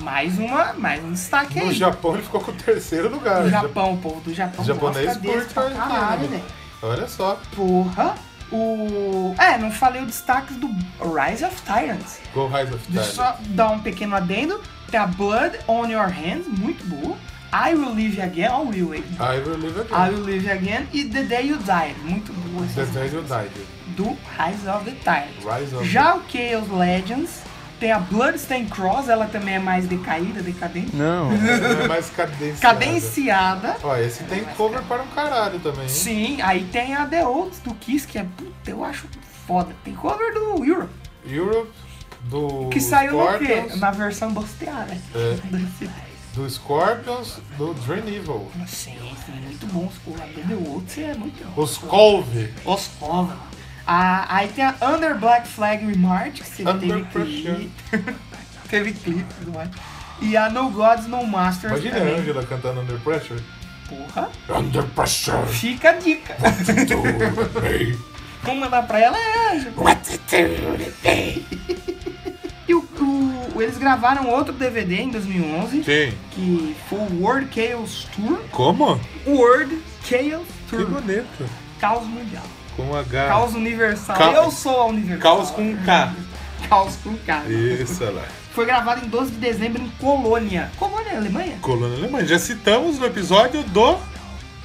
A: mais uma, mais um destaque
B: no
A: aí.
B: Japão ele ficou com o terceiro lugar.
A: O Japão, o povo do Japão.
B: O japonês
A: gosta deles
B: curte
A: pra
B: arqueiro,
A: caralho,
B: né?
A: velho.
B: Olha só,
A: Porra. O. É, não falei o destaque do Rise of Tyrants.
B: Go Rise of Time.
A: Deixa eu só dar um pequeno adendo. Tem a Blood on Your Hands, muito boa. I Will Live Again, oh, Will Wait.
B: I Will Live
A: I
B: Again.
A: Will Live Again e The Day You Die, muito boa
B: The
A: essas
B: Dead Will Die.
A: do Rise of the Tyrants.
B: Rise of
A: Já o Chaos Legends tem a Bloodstained Cross, ela também é mais decaída, decadente.
B: Não, é mais cadenciado.
A: Cadenciada.
B: Ó, esse tem cover para um caralho também. hein?
A: Sim, aí tem a The Olds do Kiss, que é, puta, eu acho foda. Tem cover do Europe,
B: Europe, do
A: que saiu no quê?
B: Scorpions,
A: Na versão bosteada.
B: É. do Scorpions, do Dream Evil.
A: Sim, sim, muito bom. O label The Olds é muito bom.
B: Os Colve.
A: Os foda. Ah, aí tem a Under Black Flag Remark, que você
B: Under
A: teve
B: Pressure.
A: clipe. teve clipe, não é? E a No Gods, No Masters
B: Imagina a
A: também.
B: Angela cantando Under Pressure.
A: Porra,
B: Under Pressure.
A: fica a dica. Vamos mandar pra ela, é Ângela. E o, o- eles gravaram outro DVD em 2011,
B: Sim.
A: que foi o World Chaos Tour.
B: Como?
A: World Chaos
B: Que
A: Tour.
B: bonito.
A: Caos Mundial.
B: Com H.
A: Caos Universal.
B: Ca-
A: Eu sou a Universal.
B: Caos com K.
A: Caos com K.
B: Isso, olha lá.
A: Foi gravado em 12 de dezembro em Colônia. Colônia, Alemanha?
B: Coluna alemã. Já citamos no episódio do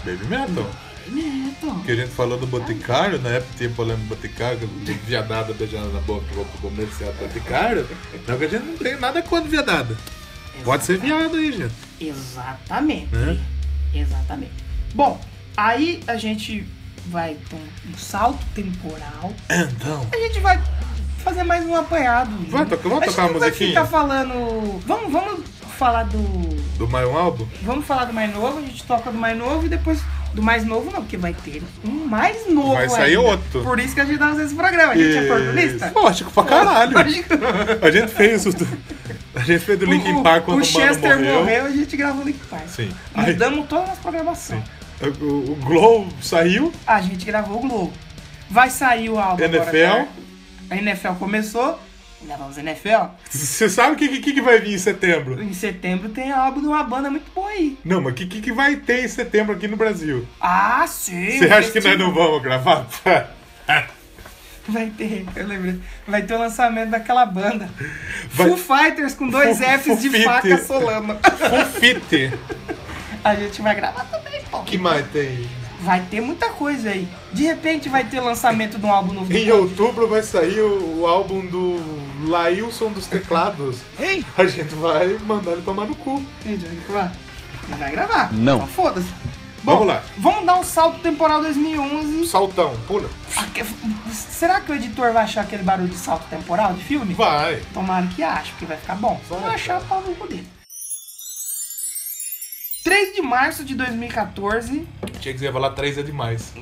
B: Baby Metal.
A: Neto.
B: Que a gente falou do Boticário, na época tinha problema do Boticário, de viadada beijando na boca, vou pro comercial do Boticário. Não que a gente não tem nada contra viadada. Pode ser viado aí, gente.
A: Exatamente.
B: Né?
A: Exatamente. Bom, Aí a gente vai pra um, um salto temporal.
B: Então.
A: A gente vai fazer mais um apanhado.
B: Vai, toca- vamos
A: a gente
B: tocar uma
A: não vai
B: musiquinha?
A: ficar falando. Vamos, vamos falar do.
B: Do My One Album?
A: Vamos falar do mais novo, a gente toca do mais novo e depois do mais novo não, porque vai ter um mais novo.
B: Vai sair
A: ainda.
B: outro.
A: Por isso que a gente dá esse programa, a gente é oportunista.
B: Lógico, pra caralho. A gente fez o. do- A gente fez do Linkin
A: o,
B: Park
A: o,
B: quando o Mano
A: Chester
B: morreu.
A: morreu. a gente gravou o Link Park.
B: Sim. Aí-
A: Mudamos toda a nossa programação.
B: O, o Glow saiu,
A: A gente gravou o Globo. Vai sair o álbum
B: NFL.
A: agora. tá? A NFL começou. Ainda vamos NFL.
B: Você sabe o que, que, que vai vir em setembro?
A: Em setembro tem álbum de uma banda muito boa aí.
B: Não, mas o que, que, que vai ter em setembro aqui no Brasil?
A: Ah, sim.
B: Você
A: o
B: acha que nós
A: festival-
B: não é vamos gravar?
A: Vai ter, eu lembrei. Vai ter o lançamento daquela banda.
B: Vai-
A: Foo Fighters com dois
B: Foo-
A: Fs de
B: Foo
A: faca
B: Fighters.
A: solando.
B: Confite!
A: A gente vai gravar também, pô.
B: que mais tem?
A: Vai ter muita coisa aí. De repente vai ter lançamento de um álbum novo.
B: Em outubro vai sair o, o álbum do Lailson dos Teclados.
D: Ei!
B: A gente vai mandar ele tomar no cu.
A: Ele vai gravar. Ele vai gravar.
H: Não.
A: Então, foda-se.
B: Vamos lá.
A: Vamos dar um salto temporal 2011.
B: Saltão, pula.
A: Aque- Será que o editor vai achar aquele barulho de salto temporal de filme?
B: Vai.
A: Tomara que ache, porque vai ficar bom. Se não
B: Vai,
A: achar, o pau no cu dele. 3 de março de 2014,
B: Tinha que você ia falar três é demais.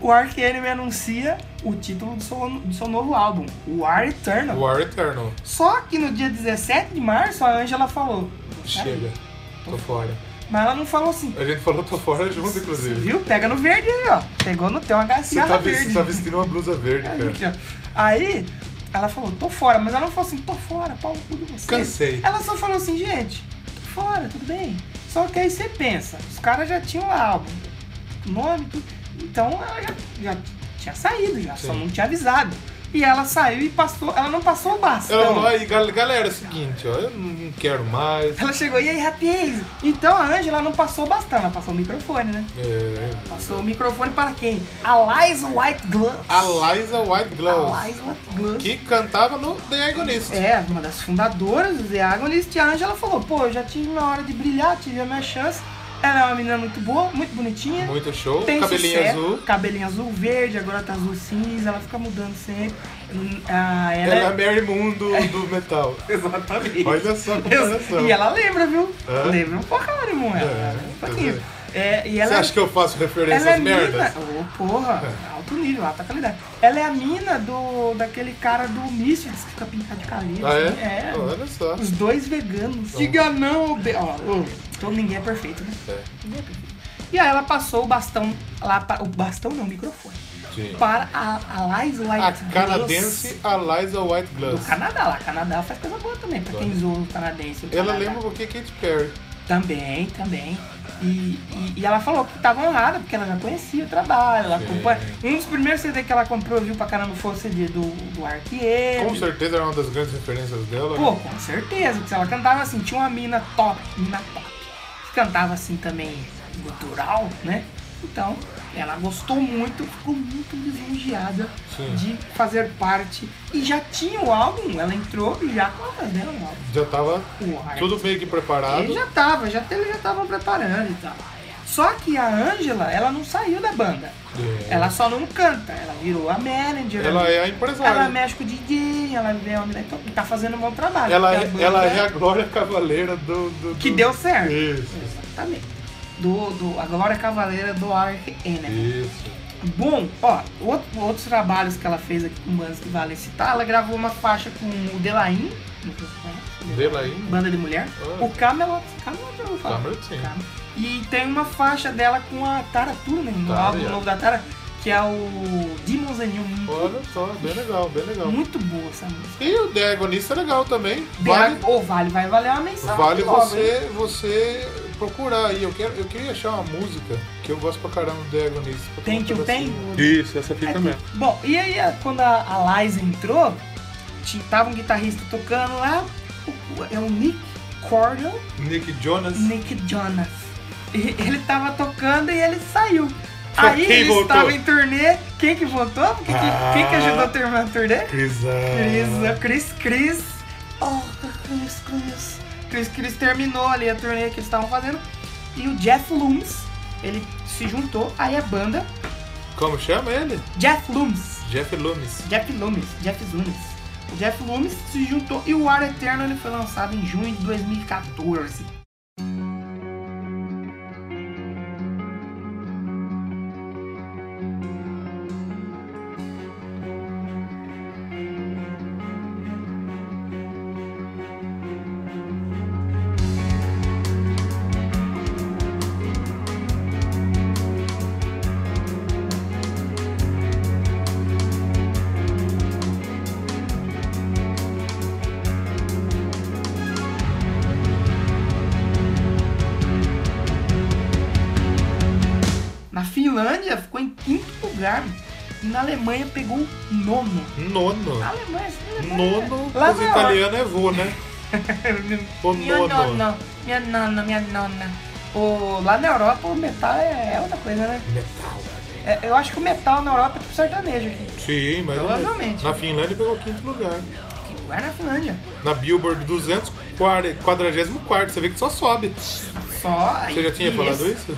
A: o Ark Enemy anuncia o título do seu, do seu novo álbum, War Eternal.
B: War Eternal.
A: Só que no dia 17 de março a Angela falou.
B: Chega.
A: Tá.
B: Tô fora.
A: Mas ela não falou assim.
B: A gente falou tô fora junto, inclusive.
A: Viu? Pega no verde aí, ó. Pegou no teu
B: Você
A: HCR
B: tá, ve-
A: verde.
B: você tá vestindo uma blusa verde,
A: Aqui,
B: cara.
A: ó. Aí ela falou, tô fora, mas ela não falou assim, tô fora, pau no cu de vocês.
B: Cansei.
A: Ela só falou assim, gente, tô fora, tudo bem. Só que aí você pensa, os caras já tinham o álbum, nome, tudo. Então ela já, já tinha saído, já só
B: Sim.
A: não tinha avisado. E ela saiu e passou, ela não passou o bastão.
B: Ela falou, aí, gal- galera, é o seguinte, ó, eu não quero mais.
A: Ela chegou, e aí, rapaz? Então a Angela não passou o bastão, ela passou o microfone, né?
B: É,
A: Passou o microfone para quem? A Liza White Gloves.
B: a Liza White
A: A
B: Gloves,
A: Liza White Gloves.
B: que cantava no The Agonist.
A: É, uma das fundadoras do The Agonist, e a Angela falou, pô, eu já tive minha hora de brilhar, tive a minha chance. Ela é uma menina muito boa, muito bonitinha.
B: Muito show,
A: tem
B: cabelinho
A: sucesso, né?
B: azul.
A: Cabelinho azul verde, agora tá azul cinza, ela fica mudando sempre. Hum, Ah, ela,
B: Ela é a Mary Moon do, do metal.
A: Exatamente.
B: Olha só a comparação.
A: E ela lembra, viu?
B: Hã?
A: Lembra um pouquinho, irmão. Ela,
B: É,
A: um pouquinho.
B: tá
A: É, e ela
B: Você acha que eu faço referência
A: ela é
B: às
A: mina.
B: merdas? É.
A: Ô, porra, alto nível, alta qualidade. Ela é a mina do daquele cara do Misfits que fica pintado de cabelo.
B: Ah,
A: assim.
B: é? Olha só.
A: Os dois
B: Então.
A: veganos. Diga não, be... ó, ô, então ninguém é perfeito, né?
B: É.
A: Ninguém é perfeito. E aí ela passou o bastão lá para o bastão não, o microfone.
B: Sim.
A: Para a, a Lies White
B: A
A: Gloves
B: canadense Eliza White
A: do
B: Gloves.
A: Canadá, lá Canadá faz coisa boa também, pra quem zoa o canadense. o
B: Ela
A: Canadá.
B: lembra o que Katy Perry.
A: Também, também. E, e, e ela falou que tava honrada, porque ela já conhecia o trabalho, ela
B: Sim.
A: acompanha. Um dos primeiros CD que ela comprou, viu pra caramba, foi o CD do, do Arquier.
B: Com certeza era uma das grandes referências dela.
A: É. Pô, com certeza, porque se ela cantava assim, tinha uma mina top, mina top. Que cantava assim também gutural, né? Então, ela gostou muito, ficou muito lisonjeada
B: Sim.
A: de fazer parte. E já tinha o álbum, ela entrou e já tava fazendo o álbum.
B: Já tava
A: O Arquier.
B: tudo meio que
A: Ele
B: preparado.
A: já tava, já, eles já estavam preparando e tal. Só que a Ângela, ela não saiu da banda.
B: É.
A: Ela só não canta. Ela virou a manager.
B: Ela é a
A: ela
B: empresária.
A: mexe com o DJ, ela é uma menina que tá fazendo um bom trabalho.
B: Ela,
A: Porque
B: é,
A: a
B: ela
A: banda
B: é a Glória Cavaleira do. do-
A: Que
B: do-
A: deu certo.
B: Isso,
A: Exatamente. Do, do, a Glória Cavaleira do Ark Enemy.
B: isso.
A: Bom, ó, outro- outros trabalhos que ela fez aqui com bandas que vale citar, ela gravou uma faixa com o Delain, não sei se você conhece,
B: Vê lá aí.
A: banda de mulher,
B: Ah.
A: o Camelot, Camelot eu vou falar.
B: Camelot, sim.
A: Camelot. E tem uma faixa dela com a Tara Turner, no
B: Tara,
A: álbum
B: é.
A: novo da Tara, que é o Demons and Human.
B: Olha só, bem legal, bem legal.
A: Muito boa essa música.
B: E o The Agonist é legal também. Vale,
A: Ou vale, vai valer uma mensagem.
B: vale
A: nova, é hein?
B: você, você procurar aí. Eu, quero, eu queria achar uma música que eu gosto pra caramba do The Agonist. pra
A: Tem que
B: colocar
A: eu
B: assim.
A: tenho?
H: Isso, essa
A: É
H: fica
A: tudo.
H: mesmo.
A: Bom, e aí a- quando a, a Liza entrou, tinha, tava um guitarrista tocando lá, o- o- é o Nick Cordell,
B: Nick Jonas.
A: Nick Jonas. E ele tava tocando e ele saiu.
B: Foi
A: Aí
B: quem
A: ele
B: voltou?
A: estava em turnê. Quem que voltou? Quem, que-
B: Ah.
A: quem que ajudou a terminar a turnê?
B: Chris.
A: Cris, Cris, Cris. Oh, Cris, Cris. Cris, Cris terminou ali a turnê que eles estavam fazendo. e o Jeff Looms, ele se juntou, aí a banda
B: Como chama ele?
A: Jeff Looms,
B: Jeff Loomis.
A: Jeff Loomis, Jeff Zunes. O Jeff Loomis se juntou e o Ar Eterno ele foi lançado em junho de 2014. Na Finlândia ficou em quinto lugar e na Alemanha pegou o nono.
B: Nono.
A: Na Alemanha, na Alemanha.
B: Nono,
A: Lá
B: os
A: vai, ó.
B: italianos é vô, né? O
A: Minha
B: nono.
A: nona, minha nona, minha nona. O, lá na Europa o metal é, é outra coisa, né?
B: Metal.
A: É, eu acho que o metal na Europa é tipo sertanejo aqui.
B: Sim, mas é-
A: Provavelmente.
B: na Finlândia pegou quinto lugar.
A: Que lugar na Finlândia.
B: Na Billboard 200, 44, você vê que só sobe.
A: Só.
B: Você já tinha falado isso?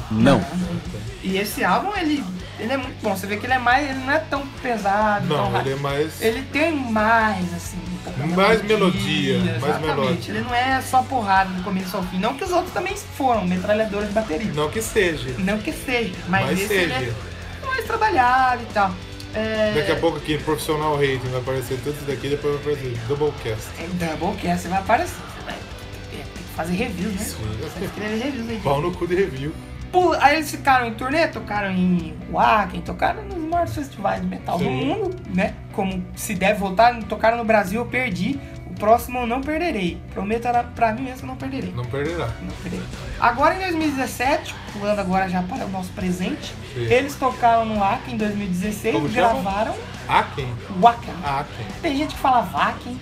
A: E esse álbum, ele, ele é muito bom. Você vê que ele é mais. Ele não é tão pesado, tão
B: Não,
A: rápido.
B: ele é mais...
A: Ele tem mais, assim. tá tocando
B: Mais melodia, mais
A: exatamente.
B: melódico.
A: Ele não é só porrada do começo ao fim. Não que os outros também foram, metralhadoras de bateria.
B: Não que seja,
A: Não que seja, mas,
B: mas
A: esse
B: seja.
A: ele é mais trabalhado e tal. É...
B: Daqui a pouco aqui, profissional rating, vai aparecer tudo isso daqui, depois vai aparecer Doublecast.
A: É Doublecast, você vai aparecer. Você vai é, tem que fazer review, né?
B: Sim.
A: Você vai escrever reviews aí.
B: Pau no cu de review.
A: Pula- Aí eles ficaram em turnê, tocaram em Wacken, tocaram nos maiores festivais de metal do
B: Sim.
A: mundo, né? Como se deve voltar, tocaram no Brasil, eu perdi. O próximo eu não perderei. Prometo era pra mim mesmo que eu não perderei.
B: Não perderá.
A: Não perderei. Agora em 2017, pulando agora já para o nosso presente,
B: Sim.
A: eles tocaram no Wacken em 2016,
B: Como chama?
A: gravaram
B: A quem?
A: Wacken.
B: A quem?
A: Tem gente que fala Wacken.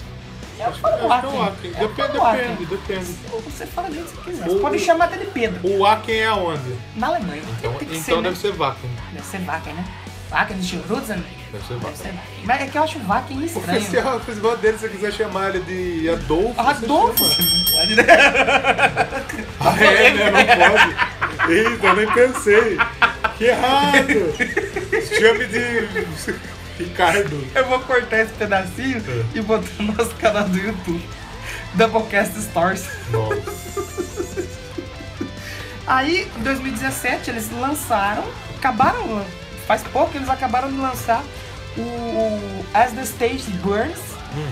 A: Eu
B: É
A: falo
B: o
A: Wacken.
B: Aken.
A: Eu
B: Depende,
A: falo Wacken.
B: depende, depende.
A: Ou Você fala do jeito que você quiser. Você
B: Ou-
A: pode chamar até de Pedro.
B: O A quem é aonde?
A: Na Alemanha.
B: Então,
A: Tem que ser,
B: então
A: né?
B: deve ser Vakken.
A: Deve ser Wacken, né? Wacken de Jerusalem.
B: Deve ser
A: Deve
B: Vakken.
A: ser Wacken. Mas é que eu acho Wacken
B: O
A: estranho. Ah,
B: festival, o festival dele, se você quiser chamar ele de Adolfo. você
A: Adolfo.
B: chama.
A: Pode, né?
B: Ah, é, né? Não pode. Eita, eu nem pensei. Que errado. Chame de Ricardo.
A: Eu vou cortar esse pedacinho
B: É.
A: e botar no nosso canal do YouTube. Doublecast Stars.
B: Nossa.
A: Aí, em 2017, eles lançaram, acabaram, faz pouco, eles acabaram de lançar o, o As the Stage Burns,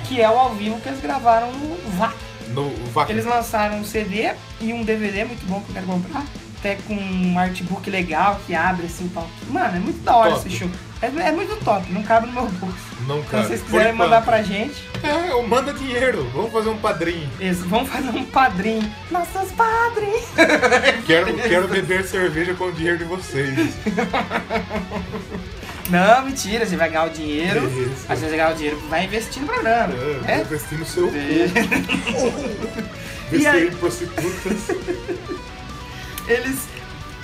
A: que é o ao vivo que eles gravaram no VAC.
B: No Vakken.
A: Eles lançaram um CD e um DVD muito bom que eu quero comprar. Até com um artbook legal que abre assim o palquinho. Mano, é muito da hora
B: Top.
A: esse show. É, é muito top, não cabe no meu bolso.
B: Não,
A: Então,
B: cara.
A: se vocês
B: por
A: quiserem
B: enquanto.
A: mandar pra gente,
B: É, eu manda dinheiro. Vamos fazer um padrinho.
A: eles vão fazer um padrinho. Nossos padrinhos!
B: Quero, quero beber cerveja com o dinheiro de vocês.
A: Não, mentira, você vai ganhar o dinheiro.
B: Isso.
A: A gente vai ganhar o dinheiro, vai investir no programa.
B: É,
A: né?
B: Investir no seu cu.
A: E aí?
B: Investir em prostitutas.
A: Eles,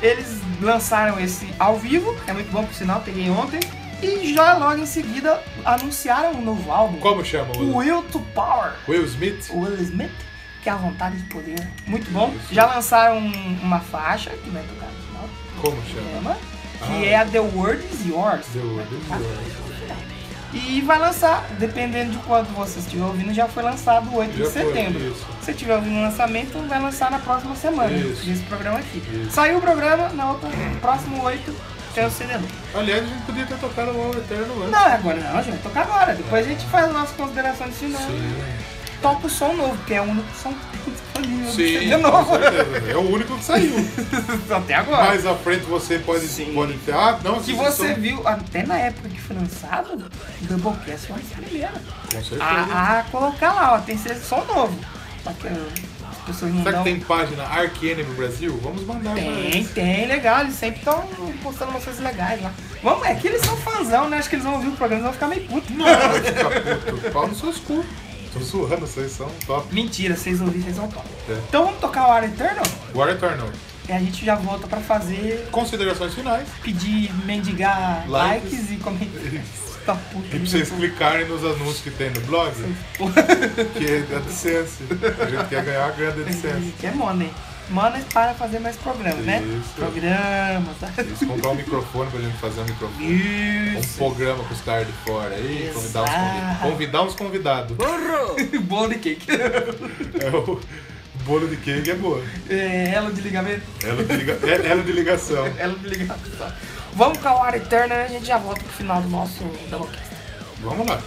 A: eles lançaram esse ao vivo, é muito bom por sinal, peguei ontem. E já logo em seguida anunciaram um novo álbum.
B: Como chama
A: O
B: o
A: Will to Power.
B: Will Smith?
A: O Will Smith, que é a vontade de poder. Muito bom. Já lançaram um- uma faixa que vai tocar no final do
B: Como chama?
A: programa,
B: Ah.
A: que é a The World Is Yours.
B: The World Is
A: Ah.
B: Yours.
A: E vai lançar, dependendo de quando você estiver ouvindo, já foi lançado 8 de
B: Já foi,
A: setembro.
B: isso.
A: Se estiver ouvindo o lançamento, vai lançar na próxima semana,
B: Isso.
A: nesse programa aqui.
B: Isso.
A: Saiu o programa, na outra, próximo 8, tem o CD novo.
B: Aliás, a gente podia ter tocado o All Eterno antes.
A: Não, é agora não, a gente vai tocar agora. Depois a gente faz as nossas considerações finais. Toca o som novo, que é o único som que tem disponível do
B: Sim,
A: CD novo.
B: com certeza. É o único que saiu.
A: Até agora.
B: Mais à frente você pode,
A: Sim.
B: pode ter. Ah, não,
A: que
B: vocês
A: você
B: estão-
A: viu, até na época que foi lançado, Doublecast foi a primeira
B: Com certeza.
A: a, a colocar lá, ó, tem ser som novo. Só que ó, as pessoas não
B: Será
A: dão...
B: que tem página Arc Enemy Brasil? Vamos mandar pra
A: Tem,
B: eles.
A: tem, legal. Eles sempre estão postando umas coisas legais lá. Vamos, é que eles são fãzão, né? Acho que eles vão ouvir o programa e vão ficar meio puto.
B: Fica puto. Pau nos seus cu. Tô zoando, vocês são top.
A: Mentira, vocês ouviram, vocês vão top.
B: É.
A: Então vamos tocar o War Eternal
B: War Eternal.
A: e a gente já volta pra fazer,
B: Considerações finais.
A: pedir, mendigar likes,
B: Likes.
A: e comentários. Tá puto.
B: E pra vocês clicarem nos anúncios que tem no blog, que é da AdSense. A gente quer ganhar a grana da AdSense.
A: Que é money. semana para fazer mais programas, né?
B: Isso.
A: Programas. tá?
B: Eles comprar um microfone pra gente fazer um microfone. Um
A: Isso.
B: programa com os caras de fora aí, convidar uns,
A: Exato.
B: convidados. convidar uns convidados.
A: Bolo de cake.
B: É o bolo de cake é boa.
A: É, elo de ligamento.
B: Ela de, liga... é- ela de ligação.
A: Elo de ligamento. tá? Vamos com a hora eterna e a gente já volta pro final do nosso Doublecast.
B: Vamos lá.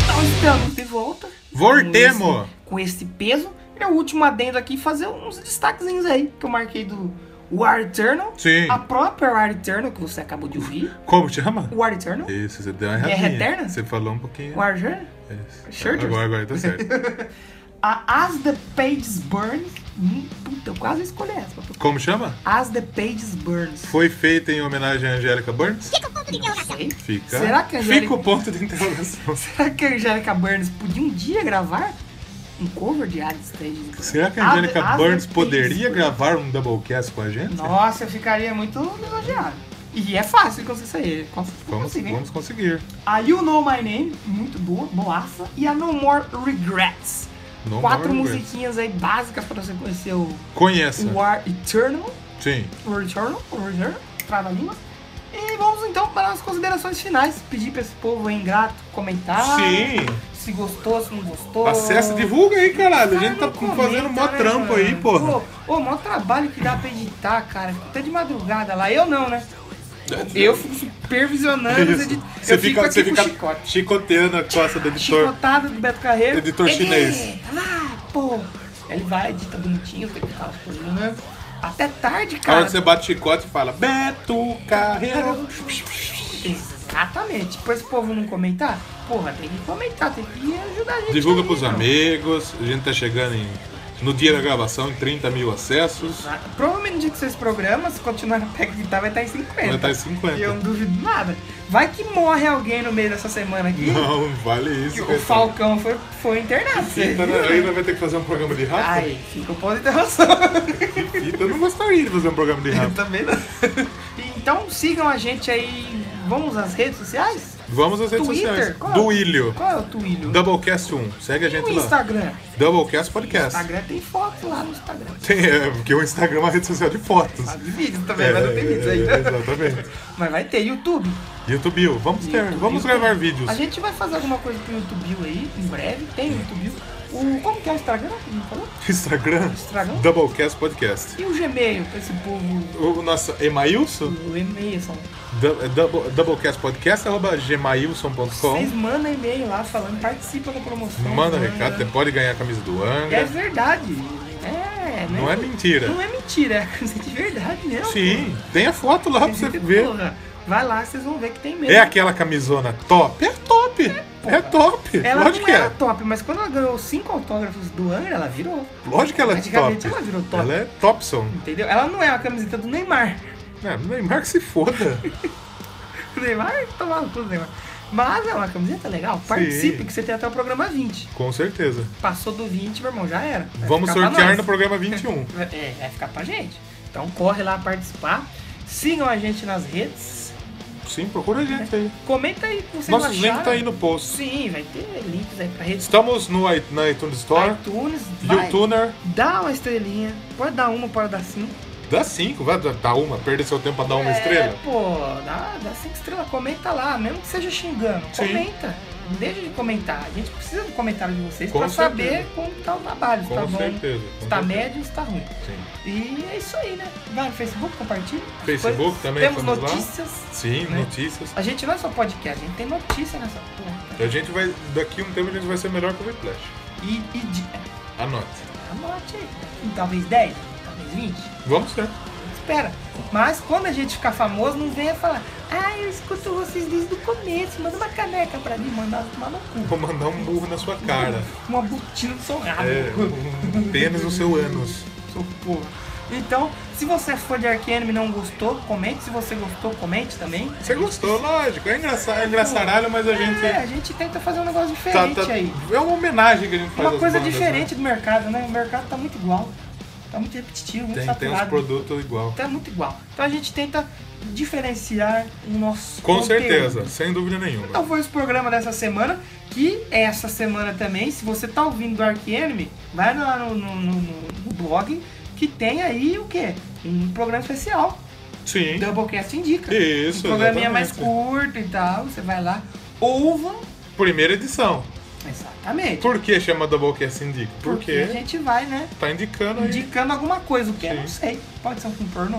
A: Então estamos de volta.
B: Voltemo!
A: Com esse peso. E o último adendo aqui, fazer uns destaquezinhos aí que eu marquei do War Eternal.
B: Sim.
A: A própria War Eternal, que você acabou de ouvir.
B: Como chama?
A: War Eternal.
B: Isso, você deu uma
A: Guerra
B: erradinha.
A: Eterna?
B: Você falou um pouquinho.
A: War Eternal.
B: Isso.
A: Shirters?
B: Agora, agora tá certo.
A: A As the Pages Burns. Hum, puta, eu quase escolhi essa.
B: Como chama?
A: As the Pages Burns.
B: Foi feita em homenagem a Angélica Burns?
A: sei.
B: Fica,
A: Será que a Angélica-
B: fica o ponto de interrogação.
A: Será que a Angélica Burns podia um dia gravar um cover de Alice Stage?
B: Será que a Angélica
A: Ad- Ad-
B: Burns
A: Ad-
B: poderia gravar um doublecast com a gente?
A: Nossa, eu ficaria muito elogiado. E é fácil conseguir isso aí. é Cons-
B: Vamos,
A: conseguir.
B: vamos conseguir.
A: A You Know My Name, muito boa, boaça. E a No More Regrets.
B: No
A: Quatro
B: more regrets.
A: musiquinhas aí básicas pra você conhecer o
B: Conheça.
A: War Eternal,
B: Sim.
A: War Eternal, War Eternal, trava-língua. E vamos então para as considerações finais. Pedir pra esse povo aí ingrato comentar.
B: Sim.
A: Se gostou, se não gostou.
B: Acessa, divulga aí, caralho. A gente tá
A: Comenta,
B: fazendo mó
A: né,
B: trampo
A: cara?
B: aí, porra.
A: Ô, ô, mó trabalho que dá pra editar, cara. Até de madrugada lá. Eu não, né? Eu fico supervisionando os edit...
B: É, Você
A: Eu fico
B: fica, você
A: aqui com
B: fica
A: o chicote.
B: chicoteando a costa do editor.
A: Chicotada do Beto Carreiro.
B: Editor
A: Edita
B: chinês.
A: lá, pô. Ele vai, edita bonitinho, tem que falar as coisas, né? Até tarde,
B: A hora
A: cara.
B: que você bate chicote e fala Beto Carreiro.
A: Exatamente. Pra esse povo não comentar, porra, tem que comentar, tem que ajudar a gente.
B: Divulga
A: aí, né,
B: pros
A: mano.
B: amigos. A gente tá chegando em, no dia da gravação em 30 mil acessos.
A: Ah, Provavelmente no dia que vocês programam, se continuar na pega que tá, vai estar em 50.
B: Vai estar em 50.
A: E eu não duvido nada. Vai que morre alguém no meio dessa semana aqui.
B: Não, vale
A: que
B: isso.
A: o
B: pessoal.
A: Falcão foi, foi internado. vocês
B: Fita, né?
A: viram, né?
B: Ainda vai ter que fazer um programa de rafa?
A: Ai, fica o ponto de interrogação.
B: Fita, eu não gostaria de fazer um programa de rafa.
A: Também não. Então sigam a gente aí. Vamos às redes sociais?
B: Vamos às redes
A: Twitter?
B: sociais.
A: Qual?
B: Do Ilho.
A: Qual é o Twilio?
B: Doublecast 1. Segue a
A: E o
B: gente lá.
A: Instagram?
B: Doublecast
A: O
B: Podcast.
A: Instagram tem foto lá no Instagram.
B: Tem, é, porque o Instagram é uma rede social de fotos.
A: Ah, de vídeos também, mas não tem vídeos
B: é,
A: ainda.
B: Exatamente.
A: Mas vai ter YouTube.
B: YouTube, vamos ter,
A: YouTube,
B: vamos
A: YouTube.
B: gravar vídeos.
A: A gente vai fazer alguma coisa pro YouTube aí, em breve. Tem YouTube. O, como que é o Instagram? que Não falou?
B: Instagram,
A: Instagram?
B: Doublecast Podcast.
A: E o Gmail, pra esse povo,
B: O nosso Emailson,
A: o e-mail, são
B: du- é double- doublecastpodcast.gmailson.com.
A: Vocês mandam e-mail lá falando, participa da promoção.
B: Manda recado, você pode ganhar a camisa do
A: É
B: Angra.
A: verdade. É,
B: Não é mentira.
A: Não é mentira, é coisa de verdade mesmo.
B: Sim, tem a foto lá pra você ver.
A: Porra, vai lá, vocês vão ver que tem mesmo.
B: É aquela camisona top? É top! É top!
A: Ela
B: Lógico
A: não
B: que
A: era
B: é.
A: top, mas quando ela ganhou cinco autógrafos do Angra, ela virou.
B: Lógico que ela é
A: Praticamente
B: top.
A: ela virou top.
B: Ela é topson.
A: Entendeu? Ela não é uma camiseta do Neymar.
B: É, Neymar que se foda.
A: O Neymar tomava tudo, o Neymar. Mas é uma camiseta legal. Participe, que você tem até o programa 20.
B: Com certeza.
A: Passou do 20, meu irmão, já era. Vai
B: Vamos
A: ficar pra
B: sortear
A: nós.
B: no programa 21.
A: É, vai ficar pra gente. Então corre lá participar. Sigam a gente nas redes.
B: Sim, procura a gente aí.
A: Comenta aí o que vocês
B: Nosso
A: acharam.
B: link tá aí no post.
A: Sim, vai ter links aí pra redes
B: Estamos no i- na iTunes Store,
A: iTunes. Vai,
B: YouTuner,
A: Dá uma estrelinha. Pode dar uma, pode dar cinco.
B: dá 5, vai dar- dar uma, perder seu tempo pra dar uma
A: É,
B: estrela.
A: pô, dá, dá cinco estrelas. Comenta lá, mesmo que seja xingando.
B: Sim.
A: Comenta. Não deixa de comentar. A gente precisa do comentário de vocês
B: Com
A: pra
B: certeza.
A: saber como tá o trabalho. Se
B: Com
A: tá bom,
B: certeza. com
A: se tá
B: certeza.
A: médio, se tá ruim.
B: Sim.
A: E é isso aí, né? Vai no Facebook, compartilha. as
B: Facebook
A: coisas.
B: também,
A: Temos
B: estamos lá.
A: notícias.
B: Sim,
A: Né?
B: notícias.
A: A gente não é só podcast, a gente tem notícia nessa porra.
B: A gente vai, daqui um tempo a gente vai ser melhor que o Whiplash.
A: E, e de, é,
B: Anote.
A: anote aí. E talvez 10, talvez 20.
B: Vamos ser.
A: Espera. Mas quando a gente ficar famoso, não venha falar. Ah, eu escuto vocês desde o começo. Manda uma caneca pra mim, mandar tomar no cu.
B: Vou mandar um burro na sua cara.
A: Uma botina no seu rabo.
B: É, um pênis no seu ânus.
A: Seu porra. Então, se você for de Arcanime e não gostou, comente. Se você gostou, comente também.
B: Você gostou, lógico. É engraçado, é engraçaralho, mas a gente.
A: É, a gente tenta fazer um negócio
B: tá-
A: diferente
B: tá-
A: aí.
B: é uma homenagem que a gente faz. né?
A: Uma
B: às
A: coisa
B: bandas,
A: diferente do mercado, né? O mercado tá muito igual. Tá muito repetitivo, muito
B: Né? Tem, tem
A: saturado.
B: uns produtos igual.
A: Tá muito igual. Então a gente tenta diferenciar o nosso
B: Com
A: conteúdo.
B: certeza, sem dúvida nenhuma.
A: Então foi esse programa dessa semana, que é essa semana também, se você tá ouvindo do Arc Enemy, vai lá no, no, no- no- no blog, que tem aí o quê? Um programa especial.
B: Sim.
A: Doublecast indica.
B: Isso,
A: Um programinha mais
B: exatamente.
A: curto e tal, você vai lá, ouva.
B: Primeira edição.
A: Exatamente.
B: Por que chama Doublecast Indica?
A: Porque
B: Porque
A: a gente vai, né?
B: tá indicando aí.
A: indicando alguma coisa, o que eu
B: Sim.
A: não sei. Pode ser um filme pornô?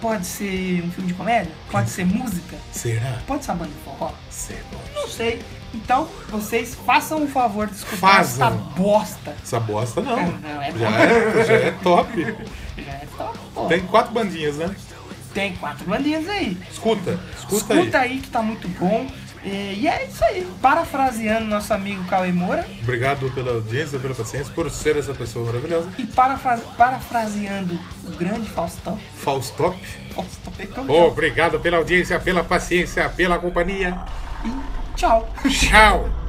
A: Pode ser um filme de comédia? Pode ser música?
B: Será?
A: Pode ser uma banda de forró?
B: Será?
A: Não sei. Então, vocês façam o favor de escutar
B: Fazam.
A: essa bosta.
B: Essa bosta não.
A: Não, não, é
B: Já é, já é top.
A: Já é top, pô. Tem,
B: Tem quatro bandinhas, né?
A: quatro bandinhas aí.
B: Escuta, escuta,
A: Escuta aí. que tá muito bom. E, e é isso aí. Parafraseando nosso amigo Cauê Moura
B: Obrigado pela audiência, pela paciência, por ser essa pessoa maravilhosa.
A: e parafra- parafraseando o grande Faustão.
B: Faustop.
A: Faustão é campeão.
B: Obrigado pela audiência, pela paciência, pela companhia.
A: E tchau.
B: Tchau!